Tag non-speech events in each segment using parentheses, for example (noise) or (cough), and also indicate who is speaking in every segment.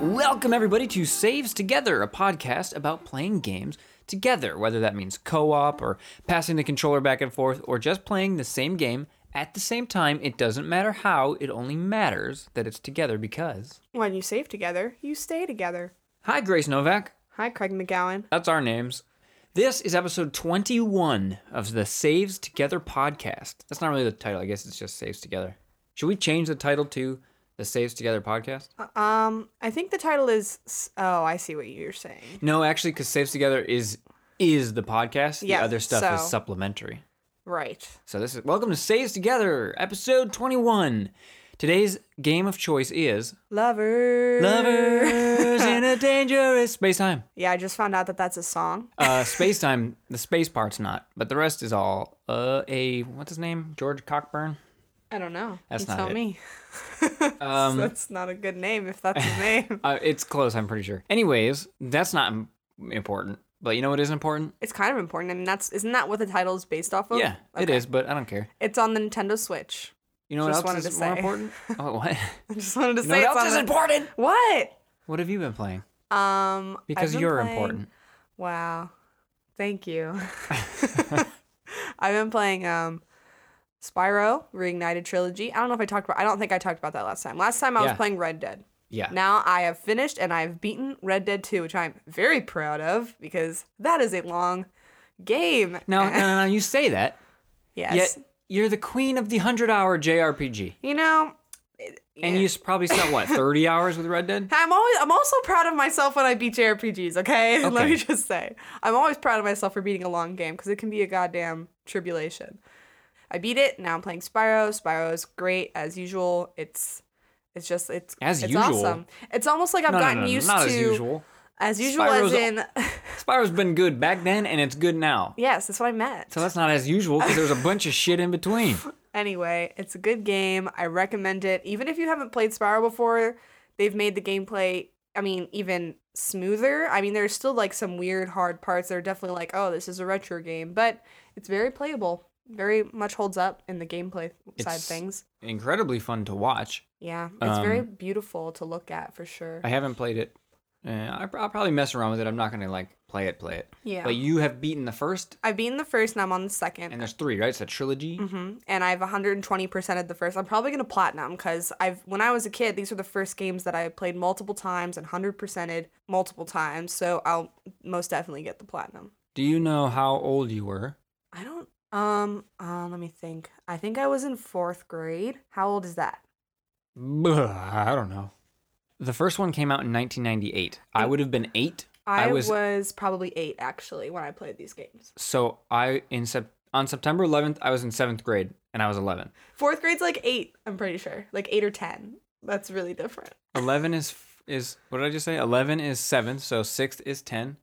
Speaker 1: Welcome, everybody, to Saves Together, a podcast about playing games together, whether that means co op or passing the controller back and forth or just playing the same game at the same time. It doesn't matter how, it only matters that it's together because.
Speaker 2: When you save together, you stay together.
Speaker 1: Hi, Grace Novak.
Speaker 2: Hi, Craig McGowan.
Speaker 1: That's our names. This is episode 21 of the Saves Together podcast. That's not really the title. I guess it's just Saves Together. Should we change the title to the Saves Together podcast?
Speaker 2: Um, I think the title is. s- Oh, I see what you're saying.
Speaker 1: No, actually, because Saves Together is is the podcast.
Speaker 2: Yeah,
Speaker 1: the other stuff is
Speaker 2: so-
Speaker 1: supplementary.
Speaker 2: Right.
Speaker 1: So this is welcome to Saves Together, episode 21. Today's game of choice is
Speaker 2: Lover.
Speaker 1: Lovers in a Dangerous Space Time.
Speaker 2: yeah, I just found out that that's a song.
Speaker 1: Uh, space Time, the space part's not, but the rest is all uh, a what's his name? George Cockburn.
Speaker 2: I don't know.
Speaker 1: That's
Speaker 2: you
Speaker 1: not
Speaker 2: tell
Speaker 1: it.
Speaker 2: (laughs) me.
Speaker 1: Um,
Speaker 2: that's not a good name if
Speaker 1: (laughs)
Speaker 2: that's his name.
Speaker 1: Uh, it's close, I'm pretty sure. Anyways, that's not im- important, but you know what is important?
Speaker 2: It's kind of important. I mean, that's isn't that what the title is based off of?
Speaker 1: yeah, it
Speaker 2: Okay.
Speaker 1: is, but I don't care.
Speaker 2: It's on the Nintendo Switch. (laughs)
Speaker 1: You know what else
Speaker 2: Just wanted
Speaker 1: is
Speaker 2: to
Speaker 1: more
Speaker 2: say. (laughs)
Speaker 1: important? Oh, what? (laughs)
Speaker 2: I just wanted to
Speaker 1: you know
Speaker 2: say
Speaker 1: what
Speaker 2: it's
Speaker 1: else
Speaker 2: on
Speaker 1: is
Speaker 2: the- (laughs)
Speaker 1: important?
Speaker 2: What?
Speaker 1: What have you been playing?
Speaker 2: Um, I've
Speaker 1: Because
Speaker 2: been
Speaker 1: you're
Speaker 2: playing-
Speaker 1: important.
Speaker 2: Wow.
Speaker 1: (laughs)
Speaker 2: Thank you. (laughs) I've been playing um Spyro Reignited Trilogy. I don't know if I talked about I don't think I talked about that last time. Last time I was
Speaker 1: Yeah.
Speaker 2: playing Red Dead.
Speaker 1: Yeah.
Speaker 2: Now I have finished and I've beaten Red Dead 2, which I'm very proud of because that is a long game.
Speaker 1: No, no, no, no,
Speaker 2: (laughs)
Speaker 1: you say that,
Speaker 2: yes.
Speaker 1: yet you're the queen of the 100 hour JRPG.
Speaker 2: You know,
Speaker 1: And you s- probably spent,
Speaker 2: (laughs)
Speaker 1: what, 30 hours with Red Dead?
Speaker 2: I'm always I'm also proud of myself when I beat JRPGs, okay? (laughs) Let
Speaker 1: Okay.
Speaker 2: me just say. I'm always proud of myself for beating a long game because it can be a goddamn tribulation. I beat it, now I'm playing Spyro. Spyro is great as usual. It's it's just it's
Speaker 1: As
Speaker 2: it's
Speaker 1: usual?
Speaker 2: awesome. It's almost like I've
Speaker 1: No, no,
Speaker 2: gotten
Speaker 1: no, no,
Speaker 2: used
Speaker 1: not
Speaker 2: to
Speaker 1: as usual.
Speaker 2: as usual
Speaker 1: Spyro's
Speaker 2: as
Speaker 1: a-
Speaker 2: in (laughs)
Speaker 1: Spyro's been good back then, and it's good now.
Speaker 2: Yes, that's what I meant.
Speaker 1: So that's not as usual because there's a bunch of shit in between.
Speaker 2: Anyway, it's a good game. I recommend it. Even if you haven't played Spyro before, they've made the gameplay, I mean, even smoother. I mean, there's still like some weird hard parts. They're definitely like, oh, this is a retro game, but it's very playable. Very much holds up in the gameplay side of
Speaker 1: It's-
Speaker 2: things.
Speaker 1: Incredibly fun to watch.
Speaker 2: Yeah, it's very beautiful to look at for sure.
Speaker 1: I haven't played it. Uh, I, pr- I'll probably mess around with it. I'm not gonna like play it, play it.
Speaker 2: Yeah.
Speaker 1: But you have beaten the first,
Speaker 2: I've beaten the first and I'm on the second.
Speaker 1: and there's three, right? It's a trilogy.
Speaker 2: Mhm. and I've 120% of the first. I'm probably gonna platinum because I've when I was a kid, these were the first games that I played multiple times and 100%ed multiple times. So I'll most definitely get the platinum.
Speaker 1: Do you know how old you were?
Speaker 2: I don't. Um. Uh, let me think. I think I was in fourth grade. How old is that?
Speaker 1: Bleh, I don't know. The first one came out in 1998. I would have been eight.
Speaker 2: I,
Speaker 1: I was-
Speaker 2: was... probably eight actually when I played these games.
Speaker 1: So I in sep- on September 11th, I was in seventh grade, and I was 11.
Speaker 2: Fourth grade's like eight. I'm pretty sure, like eight or ten. That's really different.
Speaker 1: 11 is f- is what did I just say? 11 is seventh, so sixth is 10.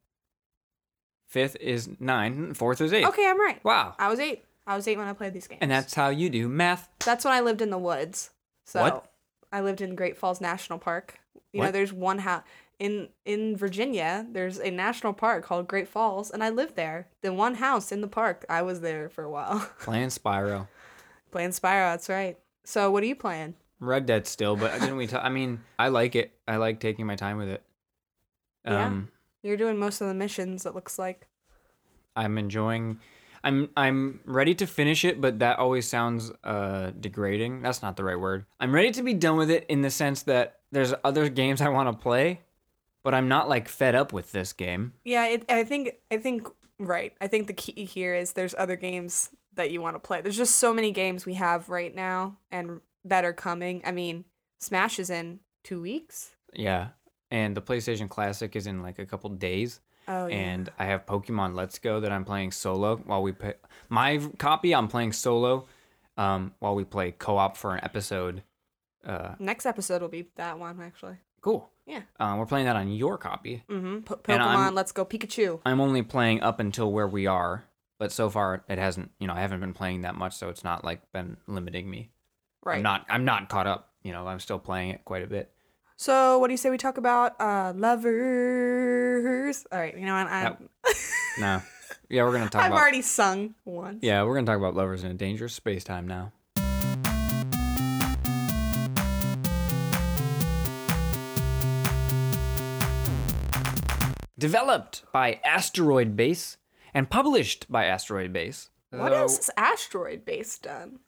Speaker 1: Fifth is nine. Fourth is eight.
Speaker 2: Okay, I'm right.
Speaker 1: Wow.
Speaker 2: I was eight. I was eight when I played these games.
Speaker 1: And that's how you do math.
Speaker 2: That's when I lived in the woods. So
Speaker 1: What?
Speaker 2: I lived in Great Falls National Park. You
Speaker 1: What?
Speaker 2: know, there's one house in in Virginia. There's a national park called Great Falls, and I lived there. The one house in the park. I was there for a while (laughs)
Speaker 1: Playing Spyro.
Speaker 2: playing Spyro. That's right. So what are you playing?
Speaker 1: Red Dead still, but didn't we? T- I mean, I like it. I like taking my time with it.
Speaker 2: Yeah.
Speaker 1: Um,
Speaker 2: You're doing most of the missions. It looks like.
Speaker 1: I'm enjoying. I'm I'm ready to finish it, but that always sounds uh degrading. That's not the right word. I'm ready to be done with it in the sense that there's other games I want to play, but I'm not like fed up with this game.
Speaker 2: Yeah, it, I think I think right. I think the key here is there's other games that you want to play. There's just so many games we have right now and that are coming. I mean, Smash is in two weeks.
Speaker 1: Yeah. And the PlayStation Classic is in like a couple days.
Speaker 2: Oh yeah.
Speaker 1: and I have Pokemon Let's Go that I'm playing solo while we play my v- copy. I'm playing solo um, while we play co-op for an episode. Uh,
Speaker 2: Next episode will be that one actually.
Speaker 1: cool.
Speaker 2: Yeah.
Speaker 1: Um, we're playing that on your copy.
Speaker 2: Mm-hmm. Po-
Speaker 1: And I'm-
Speaker 2: Pokemon, let's go Pikachu.
Speaker 1: I'm only playing up until where we are, but so far it hasn't. You know, I haven't been playing that much, so it's not like been limiting me.
Speaker 2: Right.
Speaker 1: I'm not. I'm not caught up. You know, I'm still playing it quite a bit.
Speaker 2: so what do you say we talk about uh lovers? All right, you know what? I'm,
Speaker 1: No. Yeah, we're gonna talk
Speaker 2: (laughs) I've
Speaker 1: about.
Speaker 2: already sung once.
Speaker 1: Yeah, we're gonna talk about lovers in a dangerous space time now. developed by Asteroid Base and published by Asteroid Base.
Speaker 2: What
Speaker 1: So,
Speaker 2: else is asteroid based on?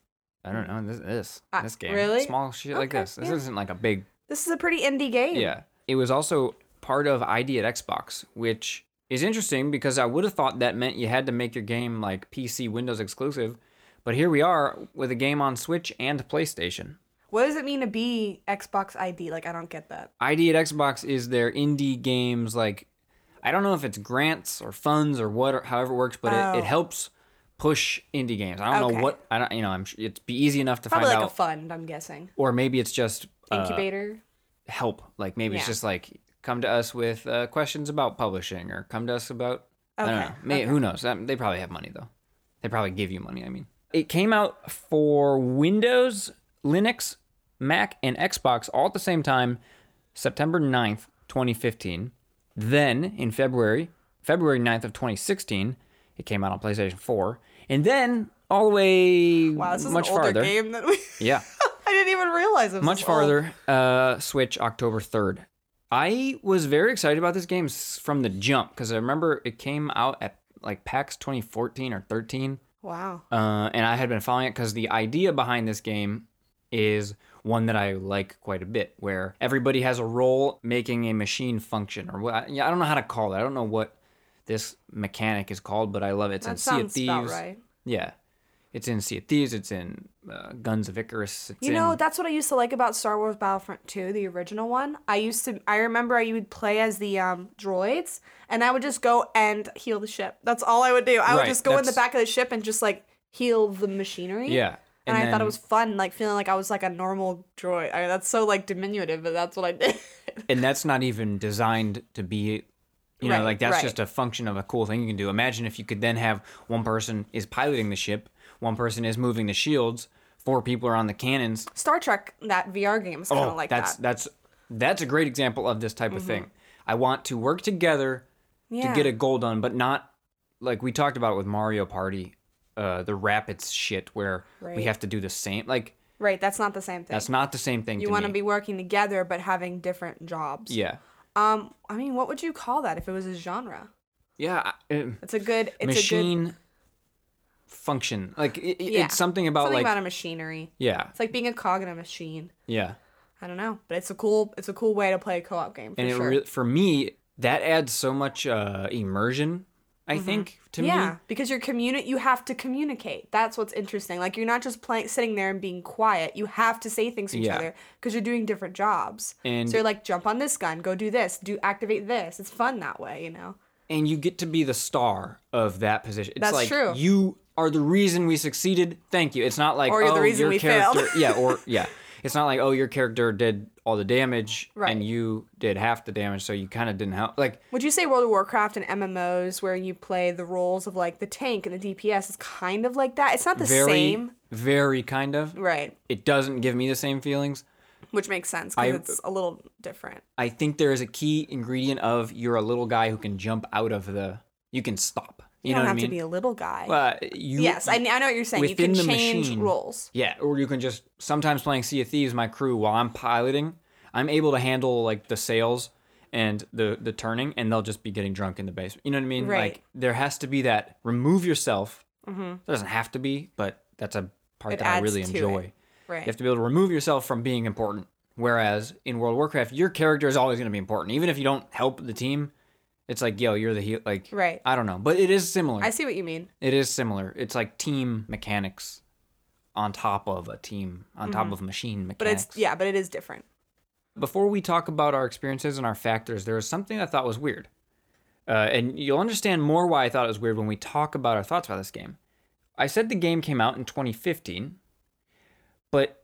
Speaker 1: I don't know. This this,
Speaker 2: Ah,
Speaker 1: this game.
Speaker 2: really?
Speaker 1: Small shit like
Speaker 2: Okay,
Speaker 1: this. This
Speaker 2: yeah.
Speaker 1: isn't like a big
Speaker 2: This is a pretty indie game.
Speaker 1: Yeah. It was also part of ID at Xbox, which is interesting because I would have thought that meant you had to make your game like PC Windows exclusive. But here we are with a game on Switch and PlayStation.
Speaker 2: What does it mean to be Xbox ID? Like I don't get that.
Speaker 1: ID at Xbox is their indie games like I don't know if it's grants or funds or what or however it works, but it,
Speaker 2: Oh.
Speaker 1: it helps push indie games. I don't
Speaker 2: Okay.
Speaker 1: know what I don't you know, I'm sure it'd be easy enough to
Speaker 2: Probably
Speaker 1: find
Speaker 2: like
Speaker 1: out
Speaker 2: a fund, I'm guessing.
Speaker 1: or maybe it's just uh,
Speaker 2: Incubator.
Speaker 1: help. Like maybe it's
Speaker 2: Yeah.
Speaker 1: just like come to us with uh, questions about publishing or come to us about I don't
Speaker 2: Okay,
Speaker 1: know. May, Who knows? Um, They probably have money though. They probably give you money. I mean, it came out for Windows, Linux, Mac, and Xbox all at the same time, September 9th, 2015. Then in February, February 9th of 2016, it came out on PlayStation 4, and then all the way
Speaker 2: wow, this is
Speaker 1: much
Speaker 2: an older
Speaker 1: farther.
Speaker 2: game than we (laughs)
Speaker 1: Yeah
Speaker 2: I didn't even realize it was
Speaker 1: much
Speaker 2: this old.
Speaker 1: farther uh, switch october 3rd i was very excited about this game s- from the jump because i remember it came out at like pax 2014 or 13
Speaker 2: Wow.
Speaker 1: uh, and i had been following it because the idea behind this game is one that i like quite a bit where everybody has a role making a machine function or what I, yeah, I don't know how to call it i don't know what this mechanic is called but i love it it's in
Speaker 2: That
Speaker 1: sea of
Speaker 2: sounds about
Speaker 1: thieves
Speaker 2: right.
Speaker 1: yeah it's in sea of thieves it's in uh, guns of icarus it's
Speaker 2: You know,
Speaker 1: in,
Speaker 2: that's what I used to like about Star Wars Battlefront 2, the original one. I used to I remember I would play as the um droids and I would just go and heal the ship. That's all I would do. I would
Speaker 1: Right,
Speaker 2: just go in the
Speaker 1: that's-
Speaker 2: back of the ship and just like heal the machinery.
Speaker 1: yeah
Speaker 2: And, I thought it
Speaker 1: then-
Speaker 2: was fun, like feeling like I was like a normal droid. I mean, that's so like diminutive, but that's what I (laughs) did.
Speaker 1: and that's not even designed to be you know
Speaker 2: Right,
Speaker 1: like that's
Speaker 2: right.
Speaker 1: just a function of a cool thing you can do imagine if you could then have one person is piloting the ship one person is moving the shields four people are on the cannons
Speaker 2: Star Trek, that VR game is kind of like
Speaker 1: Oh, that's
Speaker 2: that. Mm-hmm.
Speaker 1: that's that's a great example of this type of thing i want to work together
Speaker 2: Yeah.
Speaker 1: to get a goal done but not like we talked about with mario party uh the rapids shit where we
Speaker 2: Right.
Speaker 1: have to do the same like
Speaker 2: right, that's not the same thing.
Speaker 1: that's not the same thing
Speaker 2: you
Speaker 1: to
Speaker 2: want to
Speaker 1: me.
Speaker 2: be working together but having different jobs.
Speaker 1: yeah
Speaker 2: Um, I mean, what would you call that if it was a genre?
Speaker 1: yeah I- uh,
Speaker 2: It's a good. It's a good.
Speaker 1: machine function. Like i i-
Speaker 2: Yeah.
Speaker 1: it's something about
Speaker 2: something
Speaker 1: like
Speaker 2: about a machinery.
Speaker 1: yeah,
Speaker 2: It's like being a cog in a machine.
Speaker 1: yeah.
Speaker 2: I don't know, but it's a cool. It's a cool way to play a co-op game for
Speaker 1: And it
Speaker 2: sure.
Speaker 1: re- for me that adds so much uh, immersion. I think to
Speaker 2: Mm-hmm. yeah,
Speaker 1: me.
Speaker 2: because you're communi- You have to communicate. That's what's interesting. Like you're not just playing, sitting there and being quiet. You have to say things to each
Speaker 1: Yeah.
Speaker 2: other because you're doing different jobs.
Speaker 1: And-
Speaker 2: so you're like, jump on this gun, go do this, do activate this. It's fun that way, you know.
Speaker 1: And you get to be the star of that position. It's
Speaker 2: That's
Speaker 1: like
Speaker 2: true.
Speaker 1: you are the reason we succeeded. Thank you. It's not like
Speaker 2: Or you're
Speaker 1: oh,
Speaker 2: the reason
Speaker 1: your
Speaker 2: we failed.
Speaker 1: character
Speaker 2: (laughs)
Speaker 1: yeah, or yeah. It's not like oh your character did all the damage
Speaker 2: Right.
Speaker 1: and you did half the damage so you kind of didn't help. Like
Speaker 2: Would you say World of Warcraft and MMOs, where you play the roles of like the tank and the DPS, is kind of like that? It's not the
Speaker 1: very
Speaker 2: same,
Speaker 1: very kind of.
Speaker 2: right?
Speaker 1: It doesn't give me the same feelings.
Speaker 2: Which makes sense
Speaker 1: I-
Speaker 2: because it's a little different.
Speaker 1: I think there is a key ingredient of you're a little guy who can jump out of the. You can stop. You,
Speaker 2: You,
Speaker 1: know
Speaker 2: don't
Speaker 1: what I
Speaker 2: have
Speaker 1: mean?
Speaker 2: to be a little guy.
Speaker 1: Well, you,
Speaker 2: yes, I, I know what you're saying. You
Speaker 1: within
Speaker 2: can
Speaker 1: the
Speaker 2: change
Speaker 1: machine.
Speaker 2: roles.
Speaker 1: Yeah, or you can just sometimes playing Sea of Thieves, my crew, while I'm piloting, I'm able to handle like the sails and the the turning, and they'll just be getting drunk in the basement. You know what I mean?
Speaker 2: Right. Mm-hmm.
Speaker 1: Like there has to be that remove yourself. There doesn't have to be, but that's a part
Speaker 2: It
Speaker 1: that I
Speaker 2: adds
Speaker 1: really
Speaker 2: to it.
Speaker 1: enjoy.
Speaker 2: Right.
Speaker 1: You have to be able to remove yourself from being important. Whereas in World of Warcraft, your character is always going to be important, even if you don't help the team. It's like, yo, you're the heel. Like,
Speaker 2: Right.
Speaker 1: I don't know, but it is similar.
Speaker 2: I see what you mean.
Speaker 1: It is similar. It's like team mechanics on top of a team, on top of machine
Speaker 2: Mm-hmm. But
Speaker 1: mechanics.
Speaker 2: it's yeah, but it is different.
Speaker 1: Before we talk about our experiences and our factors, there was something I thought was weird. Uh, and you'll understand more why I thought it was weird when we talk about our thoughts about this game. I said the game came out in 2015, but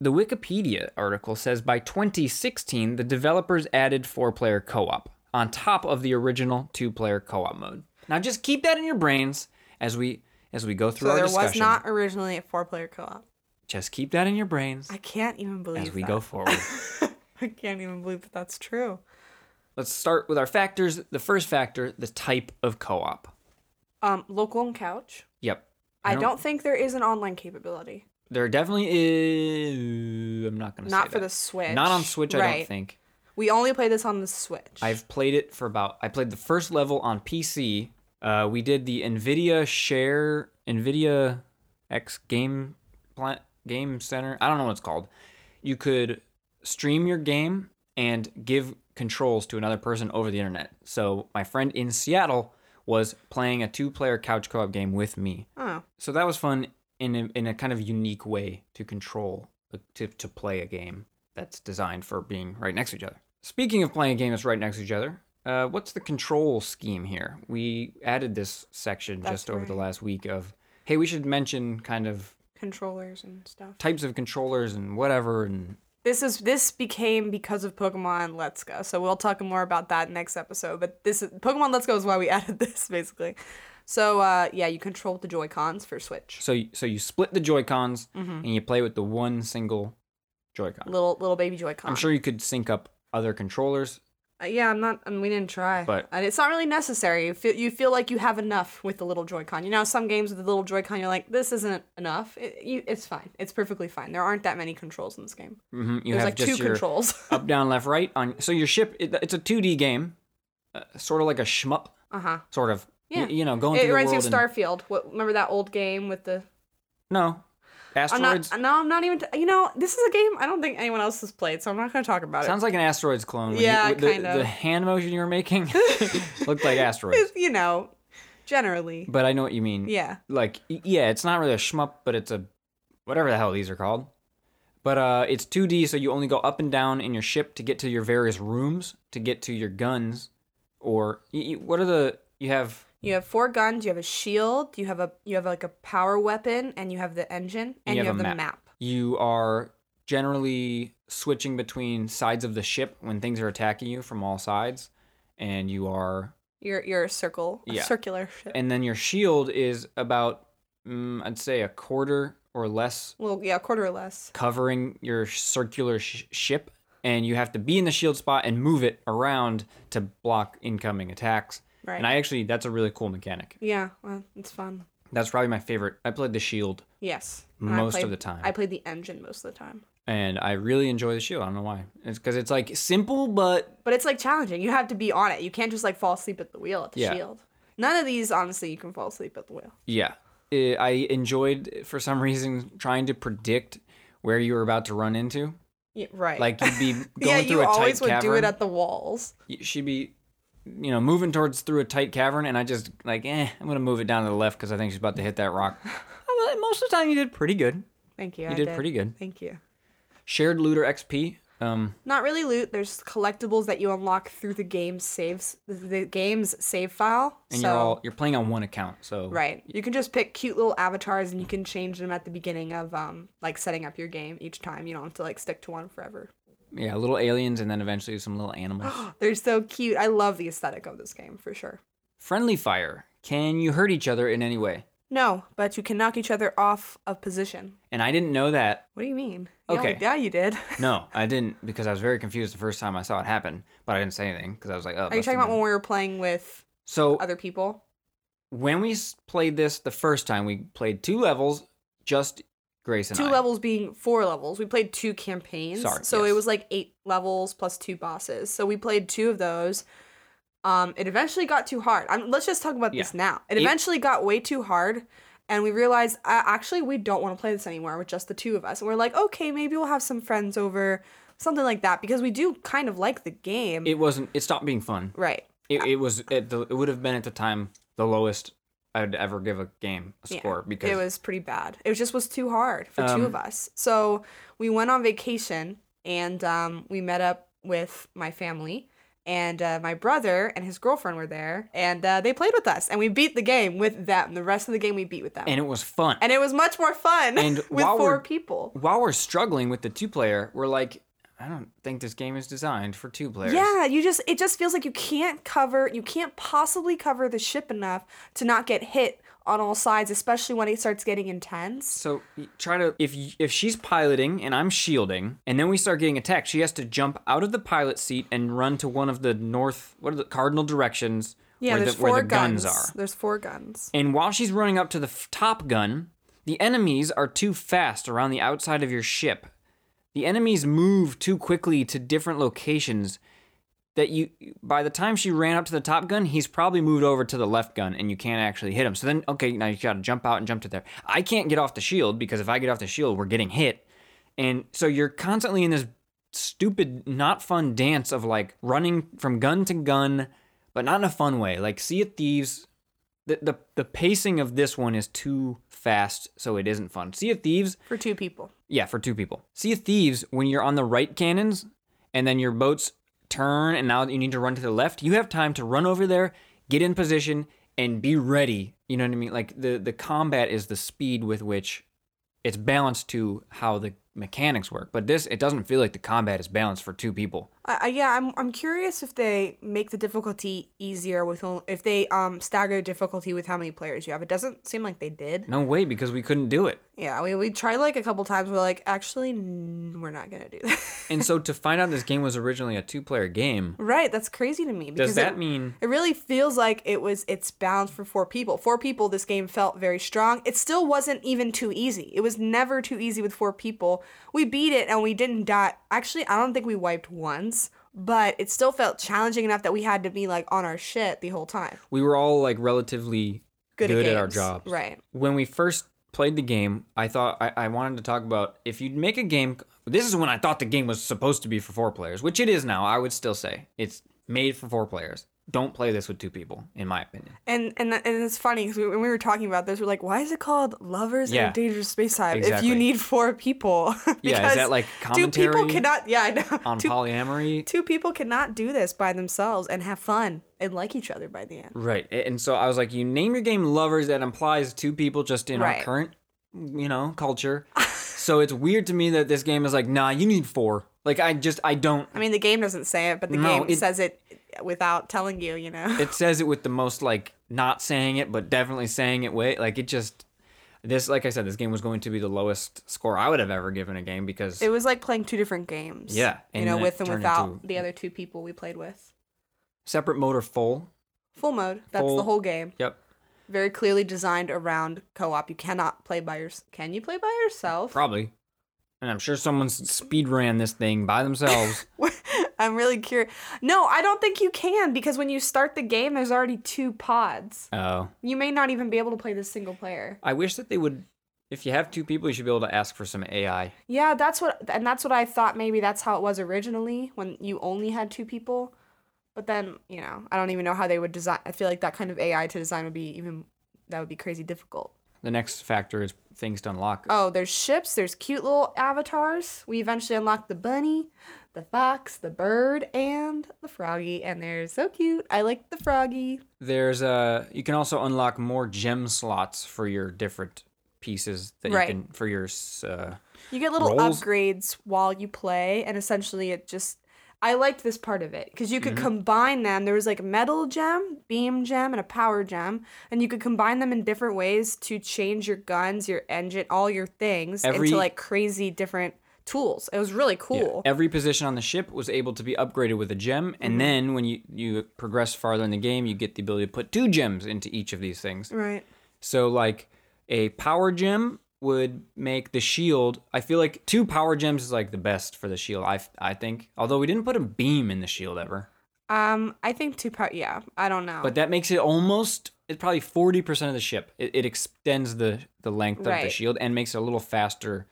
Speaker 1: the Wikipedia article says by 2016, the developers added four player co op on top of the original two player co op mode. Now just keep that in your brains as we. As we go through
Speaker 2: So
Speaker 1: our
Speaker 2: there
Speaker 1: discussion,
Speaker 2: was not originally a four player co op.
Speaker 1: just keep that in your brains
Speaker 2: I can't even believe
Speaker 1: as we
Speaker 2: that.
Speaker 1: go forward.
Speaker 2: (laughs) I can't even believe that that's true.
Speaker 1: Let's start with our factors. The first factor, the type of co-op.
Speaker 2: Um, local and couch.
Speaker 1: Yep.
Speaker 2: I don't, think there is an online capability.
Speaker 1: There definitely is. I'm not gonna.
Speaker 2: Not
Speaker 1: say
Speaker 2: for
Speaker 1: that.
Speaker 2: the Switch.
Speaker 1: Not on Switch. I
Speaker 2: Right.
Speaker 1: don't think.
Speaker 2: We only play this on the Switch.
Speaker 1: I've played it for about. I played the first level on PC. Uh, we did the Nvidia Share, Nvidia X Game Plant Game Center. I don't know what it's called. You could stream your game and give controls to another person over the internet. So my friend in Seattle was playing a two-player couch co-op game with me.
Speaker 2: oh,
Speaker 1: So that was fun in a, in a kind of unique way to control to to play a game that's designed for being right next to each other. Speaking of playing a game that's right next to each other, uh, what's the control scheme here? We added this section
Speaker 2: That's
Speaker 1: just over the
Speaker 2: right.
Speaker 1: last week of hey, we should mention kind of
Speaker 2: controllers and stuff.
Speaker 1: types of controllers and whatever and
Speaker 2: This is this became because of Pokemon Let's Go. So we'll talk more about that next episode. But this is, Pokemon Let's Go is why we (laughs) added this basically. So uh, yeah, you control the Joy Cons for Switch.
Speaker 1: so y- so you split the Joy Cons
Speaker 2: Mm-hmm.
Speaker 1: and you play with the one single Joy Con.
Speaker 2: Little little baby Joy Con.
Speaker 1: I'm sure you could sync up other controllers.
Speaker 2: Uh, yeah, I'm not. I mean, we didn't try,
Speaker 1: But-
Speaker 2: and it's not really necessary. You feel you feel like you have enough with the little Joy-Con. You know, some games with the little Joy-Con, you're like, this isn't enough. It, you, it's fine. It's perfectly fine. There aren't that many controls in this game.
Speaker 1: hmm You
Speaker 2: There's
Speaker 1: have
Speaker 2: like
Speaker 1: just
Speaker 2: two
Speaker 1: your
Speaker 2: controls. (laughs)
Speaker 1: up, down, left, right. On so your ship, it, it's a 2D game, uh, sort of like a shmup,
Speaker 2: uh huh.
Speaker 1: sort of. Y-
Speaker 2: Yeah.
Speaker 1: You, know, going
Speaker 2: It
Speaker 1: through
Speaker 2: reminds
Speaker 1: the
Speaker 2: me
Speaker 1: world. and-
Speaker 2: of Starfield. What remember that old game with the?
Speaker 1: no,
Speaker 2: I'm
Speaker 1: asteroids.
Speaker 2: not. No, I'm not even. T- you know, this is a game I don't think anyone else has played, so I'm not going to talk about (laughs)
Speaker 1: Sounds like an asteroids clone. when
Speaker 2: Yeah,
Speaker 1: you, the,
Speaker 2: kind of.
Speaker 1: The hand motion you were
Speaker 2: (laughs)
Speaker 1: making (laughs) looked like
Speaker 2: it.
Speaker 1: asteroids,
Speaker 2: It's, you know, generally,
Speaker 1: but I know what you mean.
Speaker 2: yeah.
Speaker 1: Like, y- yeah, it's not really a shmup, but it's a whatever the hell these are called. But uh, it's 2D, so you only go up and down in your ship to get to your various rooms, to get to your guns, or y y what are the you have
Speaker 2: You have four guns. You have a shield. You have a you have like a power weapon, and you have the engine, and you have, the map.
Speaker 1: you are generally switching between sides of the ship when things are attacking you from all sides and you are
Speaker 2: Your your circle, a
Speaker 1: Yeah.
Speaker 2: circular ship.
Speaker 1: and then your shield is about mm, i'd say a quarter or less
Speaker 2: well, yeah, quarter or less.
Speaker 1: covering your circular sh- ship and you have to be in the shield spot and move it around to block incoming attacks
Speaker 2: Right.
Speaker 1: and i actually that's a really cool mechanic
Speaker 2: yeah, well, it's fun.
Speaker 1: that's probably my favorite i played the shield
Speaker 2: Yes.
Speaker 1: most
Speaker 2: I played,
Speaker 1: of the time
Speaker 2: I played the engine most of the time,
Speaker 1: and i really enjoy the shield i don't know why it's because it's like simple but
Speaker 2: but it's like challenging. You have to be on it. You can't just like fall asleep at the wheel at the
Speaker 1: Yeah.
Speaker 2: shield. None of these, honestly, you can fall asleep at the wheel.
Speaker 1: Yeah. I I enjoyed, for some reason, trying to predict where you were about to run into.
Speaker 2: Yeah, right.
Speaker 1: Like, you'd be going
Speaker 2: (laughs) yeah,
Speaker 1: through
Speaker 2: you
Speaker 1: a tight
Speaker 2: always would
Speaker 1: cavern.
Speaker 2: do it at the walls.
Speaker 1: She'd be, you know, moving towards through a tight cavern, and I just, like, eh, I'm going to move it down to the left because I think she's about to hit that
Speaker 2: (laughs)
Speaker 1: rock. Well, Most of the time, you did pretty good.
Speaker 2: Thank you.
Speaker 1: You
Speaker 2: I
Speaker 1: did pretty good.
Speaker 2: Thank you.
Speaker 1: Shared looter XP. Um,
Speaker 2: Not really loot. There's collectibles that you unlock through the game's saves, the game's save file.
Speaker 1: and
Speaker 2: so
Speaker 1: you're all you're playing on one account, so
Speaker 2: Right. You can just pick cute little avatars and you can change them at the beginning of um like setting up your game each time. You don't have to like stick to one forever. (gasps)
Speaker 1: yeah, little aliens, and then eventually some little animals.
Speaker 2: They're so cute. I love the aesthetic of this game for sure.
Speaker 1: Friendly fire. Can you hurt each other in any way?
Speaker 2: No, but you can knock each other off of position.
Speaker 1: And I didn't know that
Speaker 2: What do you mean? Yeah,
Speaker 1: Okay.
Speaker 2: Yeah, you
Speaker 1: (laughs)
Speaker 2: did.
Speaker 1: No, I didn't because I was very confused the first time I saw it happen, but I didn't say anything because I was like, "Oh."
Speaker 2: Are you talking about when we were playing with
Speaker 1: So
Speaker 2: other people?
Speaker 1: when we s- played this the first time, we played two levels, just Grace and
Speaker 2: Two
Speaker 1: I.
Speaker 2: levels being four levels. We played two campaigns.
Speaker 1: Sorry,
Speaker 2: so it
Speaker 1: yes.
Speaker 2: was like eight levels plus two bosses. So we played two of those. Um, it eventually got too hard. I'm, let's just talk about this
Speaker 1: Yeah.
Speaker 2: now. It
Speaker 1: It-
Speaker 2: eventually got way too hard, and we realized uh, actually we don't want to play this anymore with just the two of us. And we're like, okay, maybe we'll have some friends over, something like that, because we do kind of like the game,
Speaker 1: It wasn't. It stopped being fun.
Speaker 2: right?
Speaker 1: It, it was. At the, it would have been at the time the lowest I'd ever give a game a score because
Speaker 2: it was pretty bad. It just was too hard for two of
Speaker 1: Um,
Speaker 2: us. So we went on vacation and um, we met up with my family and uh, my brother and his girlfriend were there and uh, they played with us and we beat the game with them. The rest of the game we beat with them.
Speaker 1: and
Speaker 2: And,
Speaker 1: it was fun.
Speaker 2: it was much more fun
Speaker 1: And
Speaker 2: (laughs) with
Speaker 1: while
Speaker 2: 4
Speaker 1: we're-
Speaker 2: people.
Speaker 1: While we're struggling with the two player, we're like, I don't think this game is designed for two players.
Speaker 2: Yeah, you just it just feels like you can't cover you can't possibly cover the ship enough to not get hit on all sides, especially when it starts getting intense.
Speaker 1: So y- try to if y- if she's piloting and I'm shielding, and then we start getting attacked, she has to jump out of the pilot seat and run to one of the north what are the cardinal directions
Speaker 2: Yeah,
Speaker 1: where, the,
Speaker 2: there's
Speaker 1: where
Speaker 2: four
Speaker 1: the
Speaker 2: guns.
Speaker 1: guns. are.
Speaker 2: There's four guns.
Speaker 1: And while she's running up to the f- top gun, the enemies are too fast around the outside of your ship. the enemies move too quickly to different locations that you by the time she ran up to the top gun he's probably moved over to the left gun and you can't actually hit him so then okay now you gotta jump out and jump to there i can't get off the shield because if i get off the shield we're getting hit and so you're constantly in this stupid not fun dance of like running from gun to gun but not in a fun way like sea of thieves the, the, the pacing of this one is too fast so it isn't fun sea of thieves
Speaker 2: for two people.
Speaker 1: yeah, for two people. Sea of Thieves, when you're on the right cannons and then your boats turn and now you need to run to the left, you have time to run over there, get in position, and be ready. You know what I mean? Like the, the combat is the speed with which it's balanced to how the mechanics work. But this, it doesn't feel like the combat is balanced for two people.
Speaker 2: I, I, yeah, I'm I'm curious if they make the difficulty easier with only, if they um stagger difficulty with how many players you have. It doesn't seem like they did.
Speaker 1: No way, because we couldn't do it.
Speaker 2: Yeah, we we tried like a couple times. We're like, actually, n- we're not gonna do that. (laughs)
Speaker 1: And so to find out this game was originally a two player game,
Speaker 2: right, that's crazy to me.
Speaker 1: does
Speaker 2: Because
Speaker 1: that
Speaker 2: it,
Speaker 1: mean
Speaker 2: It really feels like it was it's bound for four people. Four people this game felt very strong. It still wasn't even too easy. It was never too easy with four people. We beat it and we didn't die. Actually, I don't think we wiped once, but it still felt challenging enough that we had to be like on our shit the whole time.
Speaker 1: we were all like relatively good, at, our
Speaker 2: games.
Speaker 1: jobs?
Speaker 2: Right.
Speaker 1: when we first played the game, I thought I, I wanted to talk about if you'd make a game. This is when I thought the game was supposed to be for four players, which it is now. I would still say it's made for four players. Don't play this with two people, in my opinion.
Speaker 2: And and and it's funny because we, when we were talking about this, we're like, why is it called Lovers in
Speaker 1: Yeah.
Speaker 2: a Dangerous Space Time if
Speaker 1: Exactly.
Speaker 2: you need four people? (laughs)
Speaker 1: yeah, is that like
Speaker 2: two people
Speaker 1: commentary
Speaker 2: cannot. Yeah, I know.
Speaker 1: on
Speaker 2: Two
Speaker 1: polyamory?
Speaker 2: two people cannot do this by themselves and have fun and like each other by the end.
Speaker 1: Right. A- And so I was like, you name your game lovers that implies two people just in
Speaker 2: Right.
Speaker 1: our current, you know,
Speaker 2: (laughs)
Speaker 1: culture. so it's weird to me that this game is like, nah, you need four. Like I just I don't
Speaker 2: I mean, the game doesn't say it, but the
Speaker 1: No,
Speaker 2: game
Speaker 1: it-
Speaker 2: says it without telling you, you know?
Speaker 1: it says it with the most like not saying it but definitely saying it way like it just this like i said this game was going to be the lowest score i would have ever given a game because
Speaker 2: (laughs) It was like playing two different games.
Speaker 1: Yeah,
Speaker 2: You
Speaker 1: and
Speaker 2: know,
Speaker 1: then
Speaker 2: with
Speaker 1: it
Speaker 2: and
Speaker 1: turned
Speaker 2: without
Speaker 1: into-
Speaker 2: the other two people we played with.
Speaker 1: separate mode or full
Speaker 2: Full mode. That's the
Speaker 1: Full-
Speaker 2: whole game.
Speaker 1: yep
Speaker 2: Very clearly designed around co op. You cannot play by yourself. Can you play by yourself?
Speaker 1: probably and i'm sure someone speed ran this thing by
Speaker 2: (laughs)
Speaker 1: themselves
Speaker 2: (laughs) I'm really curious. No, I don't think you can because when you start the game, there's already two pods.
Speaker 1: oh
Speaker 2: You may not even be able to play this single player.
Speaker 1: i wish that they would if you have two people you should be able to ask for some ai
Speaker 2: Yeah, that's what, and that's what I thought. Maybe that's how it was originally when you only had two people. But then, you know, I don't even know how they would design. I feel like that kind of AI to design would be even that would be crazy difficult.
Speaker 1: the next factor is things to unlock
Speaker 2: Oh, there's ships. There's cute little avatars. We eventually unlock the bunny, the fox, the bird, and the froggy, and they're so cute. I like the froggy.
Speaker 1: there's uh you can also unlock more gem slots for your different pieces that
Speaker 2: Right.
Speaker 1: you can for your s- uh
Speaker 2: You get little
Speaker 1: Rolls.
Speaker 2: upgrades while you play, and essentially it just. I liked this part of it because you could
Speaker 1: Mm-hmm.
Speaker 2: combine them. There was like a metal gem, beam gem, and a power gem, and you could combine them in different ways to change your guns, your engine, all your things
Speaker 1: Every-
Speaker 2: into like crazy different tools. It was really
Speaker 1: Yeah.
Speaker 2: cool.
Speaker 1: Every position on the ship was able to be upgraded with a gem, and then when you, you progress farther in the game, you get the ability to put two gems into each of these things.
Speaker 2: Right.
Speaker 1: So, like a power gem would make the shield. I feel like two power gems is like the best for the shield. I I think. Although we didn't put a beam in the shield ever,
Speaker 2: Um, I think two part. Yeah, I don't know.
Speaker 1: but that makes it almost. It's probably forty percent of the ship. It, it extends the the length of the
Speaker 2: Right.
Speaker 1: shield and makes it a little faster.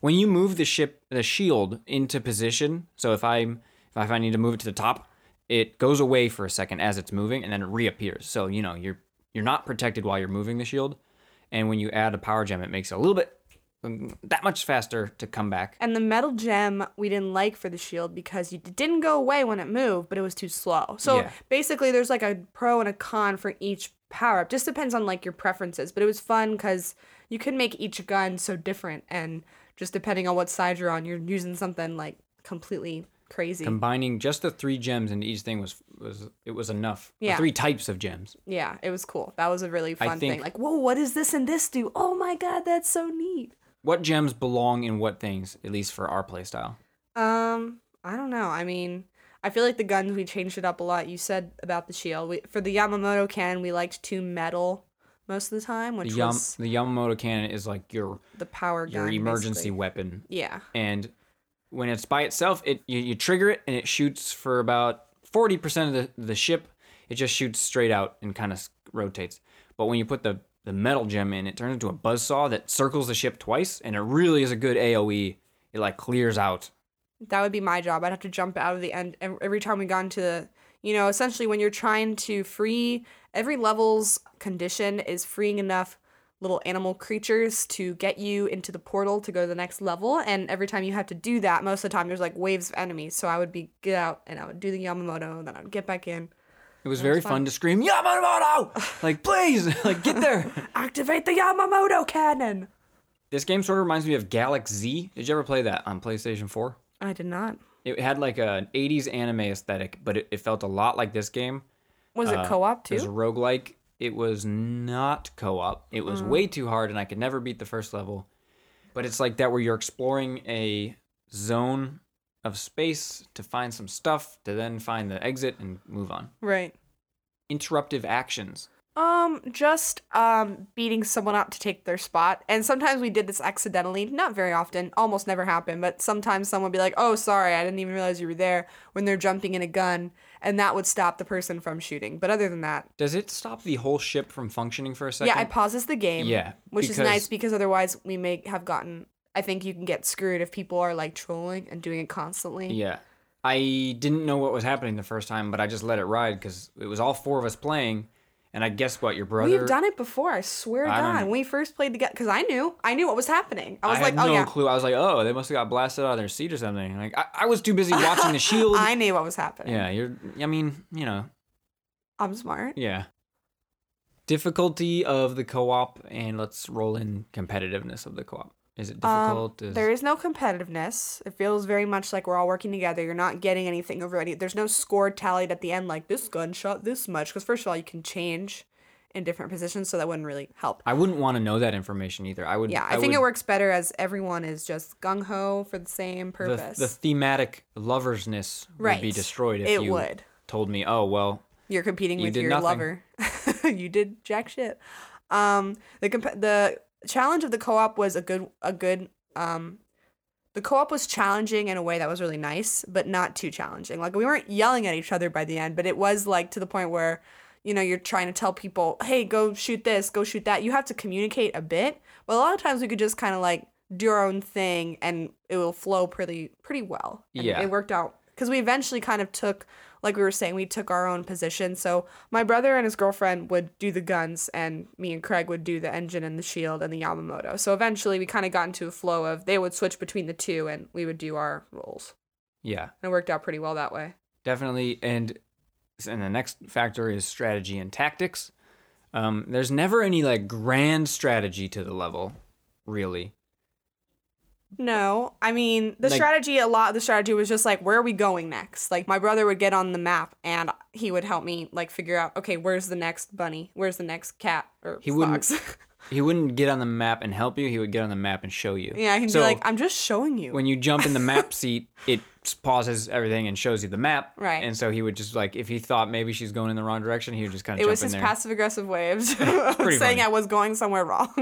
Speaker 1: When you move the ship, the shield into position. So if I'm if I need to move it to the top, it goes away for a second as it's moving, and then it reappears. So you know you're you're not protected while you're moving the shield. And when you add a power gem, it makes it a little bit um, that much faster to come back.
Speaker 2: and the metal gem we didn't like for the shield because it didn't go away when it moved, but it was too slow. So
Speaker 1: Yeah.
Speaker 2: basically, there's like a pro and a con for each power up. Just depends on like your preferences. But it was fun because you could make each gun so different, and just depending on what side you're on, you're using something like completely crazy.
Speaker 1: Combining just the three gems into each thing was was it was enough. The
Speaker 2: Yeah.
Speaker 1: three types of gems.
Speaker 2: yeah, it was cool. That was a really fun thing.
Speaker 1: think-
Speaker 2: Like, whoa, what does this and this do? Oh my god, that's so neat.
Speaker 1: What gems belong in what things? At least for our playstyle.
Speaker 2: Um, I don't know. I mean, I feel like the guns we changed it up a lot. You said about the shield. We, for the Yamamoto cannon, we liked to metal most of the time, which
Speaker 1: The, Yam-
Speaker 2: was
Speaker 1: the Yamamoto cannon is like your
Speaker 2: the power gun.
Speaker 1: your emergency
Speaker 2: basically.
Speaker 1: weapon,
Speaker 2: Yeah.
Speaker 1: and when it's by itself, it you, you trigger it and it shoots for about forty percent of the, the ship. It just shoots straight out and kind of rotates. But when you put the the metal gem in, it turns into a buzzsaw that circles the ship twice, and it really is a good AOE. It like clears out.
Speaker 2: That would be my job. I'd have to jump out of the end ev- every time we got into the, you know, essentially when you're trying to free every level's condition is freeing enough little animal creatures to get you into the portal to go to the next level. And every time you have to do that, most of the time there's like waves of enemies. So I would be get out and I would do the Yamamoto, then I would get back in.
Speaker 1: It was very fun to scream Yamamoto, like please, (laughs) like get there.
Speaker 2: Activate the Yamamoto cannon.
Speaker 1: This game sort of reminds me of Galaxy Z. Did you ever play that on PlayStation 4?
Speaker 2: I did not.
Speaker 1: It had like an 80s anime aesthetic, but it, it felt a lot like this game.
Speaker 2: Was it
Speaker 1: Uh,
Speaker 2: co-op
Speaker 1: It was
Speaker 2: too?
Speaker 1: roguelike. It was not co op. It
Speaker 2: Mm.
Speaker 1: was way too hard, and I could never beat the first level. But it's like that where you're exploring a zone of space to find some stuff to then find the exit and move on.
Speaker 2: Right.
Speaker 1: Interruptive actions.
Speaker 2: Um, just um beating someone up to take their spot. And sometimes we did this accidentally, not very often, almost never happened, but sometimes someone would be like, Oh, sorry, I didn't even realize you were there when they're jumping in a gun, and that would stop the person from shooting. But other than that,
Speaker 1: Does it stop the whole ship from functioning for a second?
Speaker 2: yeah, I pauses the game.
Speaker 1: Yeah,
Speaker 2: Which is
Speaker 1: because-
Speaker 2: nice because otherwise we may have gotten I think you can get screwed if people are like trolling and doing it constantly.
Speaker 1: Yeah. I didn't know what was happening the first time, but I just let it ride because it was all four of us playing. And I guess what? Your brother.
Speaker 2: We've done it before, I swear to
Speaker 1: I don't
Speaker 2: God.
Speaker 1: know.
Speaker 2: When we first played together, because I knew, I knew what was happening. I was
Speaker 1: I
Speaker 2: like,
Speaker 1: had
Speaker 2: oh
Speaker 1: no
Speaker 2: yeah,
Speaker 1: clue. I was like, oh, they must have got blasted out of their seat or something. Like, I, I was too
Speaker 2: (laughs)
Speaker 1: busy watching the shield.
Speaker 2: I knew what was happening.
Speaker 1: Yeah, you're. I mean, you know,
Speaker 2: I'm smart.
Speaker 1: yeah. Difficulty of the co-op, and let's roll in competitiveness of the co-op. Is it difficult? Is-
Speaker 2: Um, There is no competitiveness. It feels very much like we're all working together. You're not getting anything over any. There's no score tallied at the end, like this gun shot this much. Because first of all, you can change in different positions, so that wouldn't really help.
Speaker 1: I wouldn't want to know that information either. I would.
Speaker 2: Yeah, I, think
Speaker 1: would,
Speaker 2: it works better as everyone is just gung ho for the same
Speaker 1: The,
Speaker 2: purpose.
Speaker 1: the thematic loversness would be
Speaker 2: Right.
Speaker 1: destroyed if
Speaker 2: It
Speaker 1: you
Speaker 2: would.
Speaker 1: told me, oh well,
Speaker 2: You're competing
Speaker 1: You
Speaker 2: with
Speaker 1: did
Speaker 2: your
Speaker 1: nothing.
Speaker 2: lover. (laughs) you did jack shit. Um, the comp- the challenge of the co-op was a good a good um, the co-op was challenging in a way that was really nice, but not too challenging. Like we weren't yelling at each other by the end, but it was like to the point where you know you're trying to tell people, hey, go shoot this, go shoot that. You have to communicate a bit, but a lot of times we could just kind of like do our own thing and it will flow pretty pretty well. And
Speaker 1: Yeah.
Speaker 2: it worked out because we eventually kind of took like we were saying we took our own position so my brother and his girlfriend would do the guns and me and craig would do the engine and the shield and the yamamoto so eventually we kind of got into a flow of they would switch between the two and we would do our roles
Speaker 1: yeah.
Speaker 2: and it worked out pretty well that way
Speaker 1: definitely and and the next factor is strategy and tactics um, there's never any like grand strategy to the level really
Speaker 2: no i mean the
Speaker 1: Like-
Speaker 2: strategy a lot of the strategy was just like where are we going next like my brother would get on the map and he would help me like figure out okay where's the next bunny where's the next cat or
Speaker 1: He wouldn't-
Speaker 2: fox (laughs)
Speaker 1: he wouldn't get on the map and help you he would get on the map and show you
Speaker 2: yeah he'd
Speaker 1: so
Speaker 2: be like "Ah." i'm just showing you
Speaker 1: when you jump in the map seat it pauses everything and shows you the map
Speaker 2: Right.
Speaker 1: and so he would just like if he thought maybe she's going in the wrong direction he would just kind of
Speaker 2: It
Speaker 1: jump
Speaker 2: was
Speaker 1: in
Speaker 2: his
Speaker 1: there
Speaker 2: passive aggressive way of (laughs)
Speaker 1: (laughs)
Speaker 2: saying
Speaker 1: pretty funny.
Speaker 2: I was going
Speaker 1: (laughs)
Speaker 2: somewhere wrong.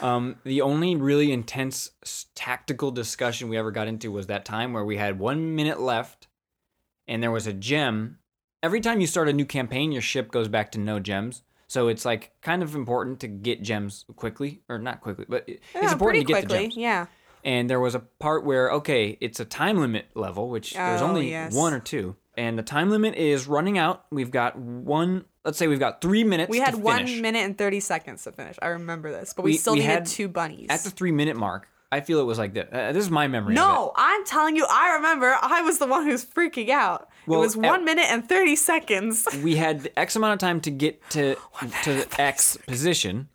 Speaker 1: Um, the only really intense s- tactical discussion we ever got into was that time where we had one minute left and there was a gem. Every time you start a new campaign, your ship goes back to no gems. So it's like kind of important to get gems quickly, or not quickly, but it- it's
Speaker 2: Yeah,
Speaker 1: important to get the
Speaker 2: quickly.
Speaker 1: gems.
Speaker 2: Yeah.
Speaker 1: And there was a part where, okay, it's a time limit level, which there's
Speaker 2: Oh,
Speaker 1: only
Speaker 2: yes.
Speaker 1: one or two. And the time limit is running out. We've got one, let's say we've got three minutes.
Speaker 2: We
Speaker 1: to
Speaker 2: had one
Speaker 1: finish.
Speaker 2: minute and 30 seconds to finish. I remember this, but we,
Speaker 1: We-
Speaker 2: still
Speaker 1: we
Speaker 2: needed
Speaker 1: had-
Speaker 2: two bunnies.
Speaker 1: At the three minute mark, I feel it was like this. Uh, this is my memory. of it.
Speaker 2: no, I'm telling you, I remember. I was the one who's freaking out.
Speaker 1: Well,
Speaker 2: it was
Speaker 1: at-
Speaker 2: one minute and 30 seconds. (laughs)
Speaker 1: we had X amount of time to get to to the X position.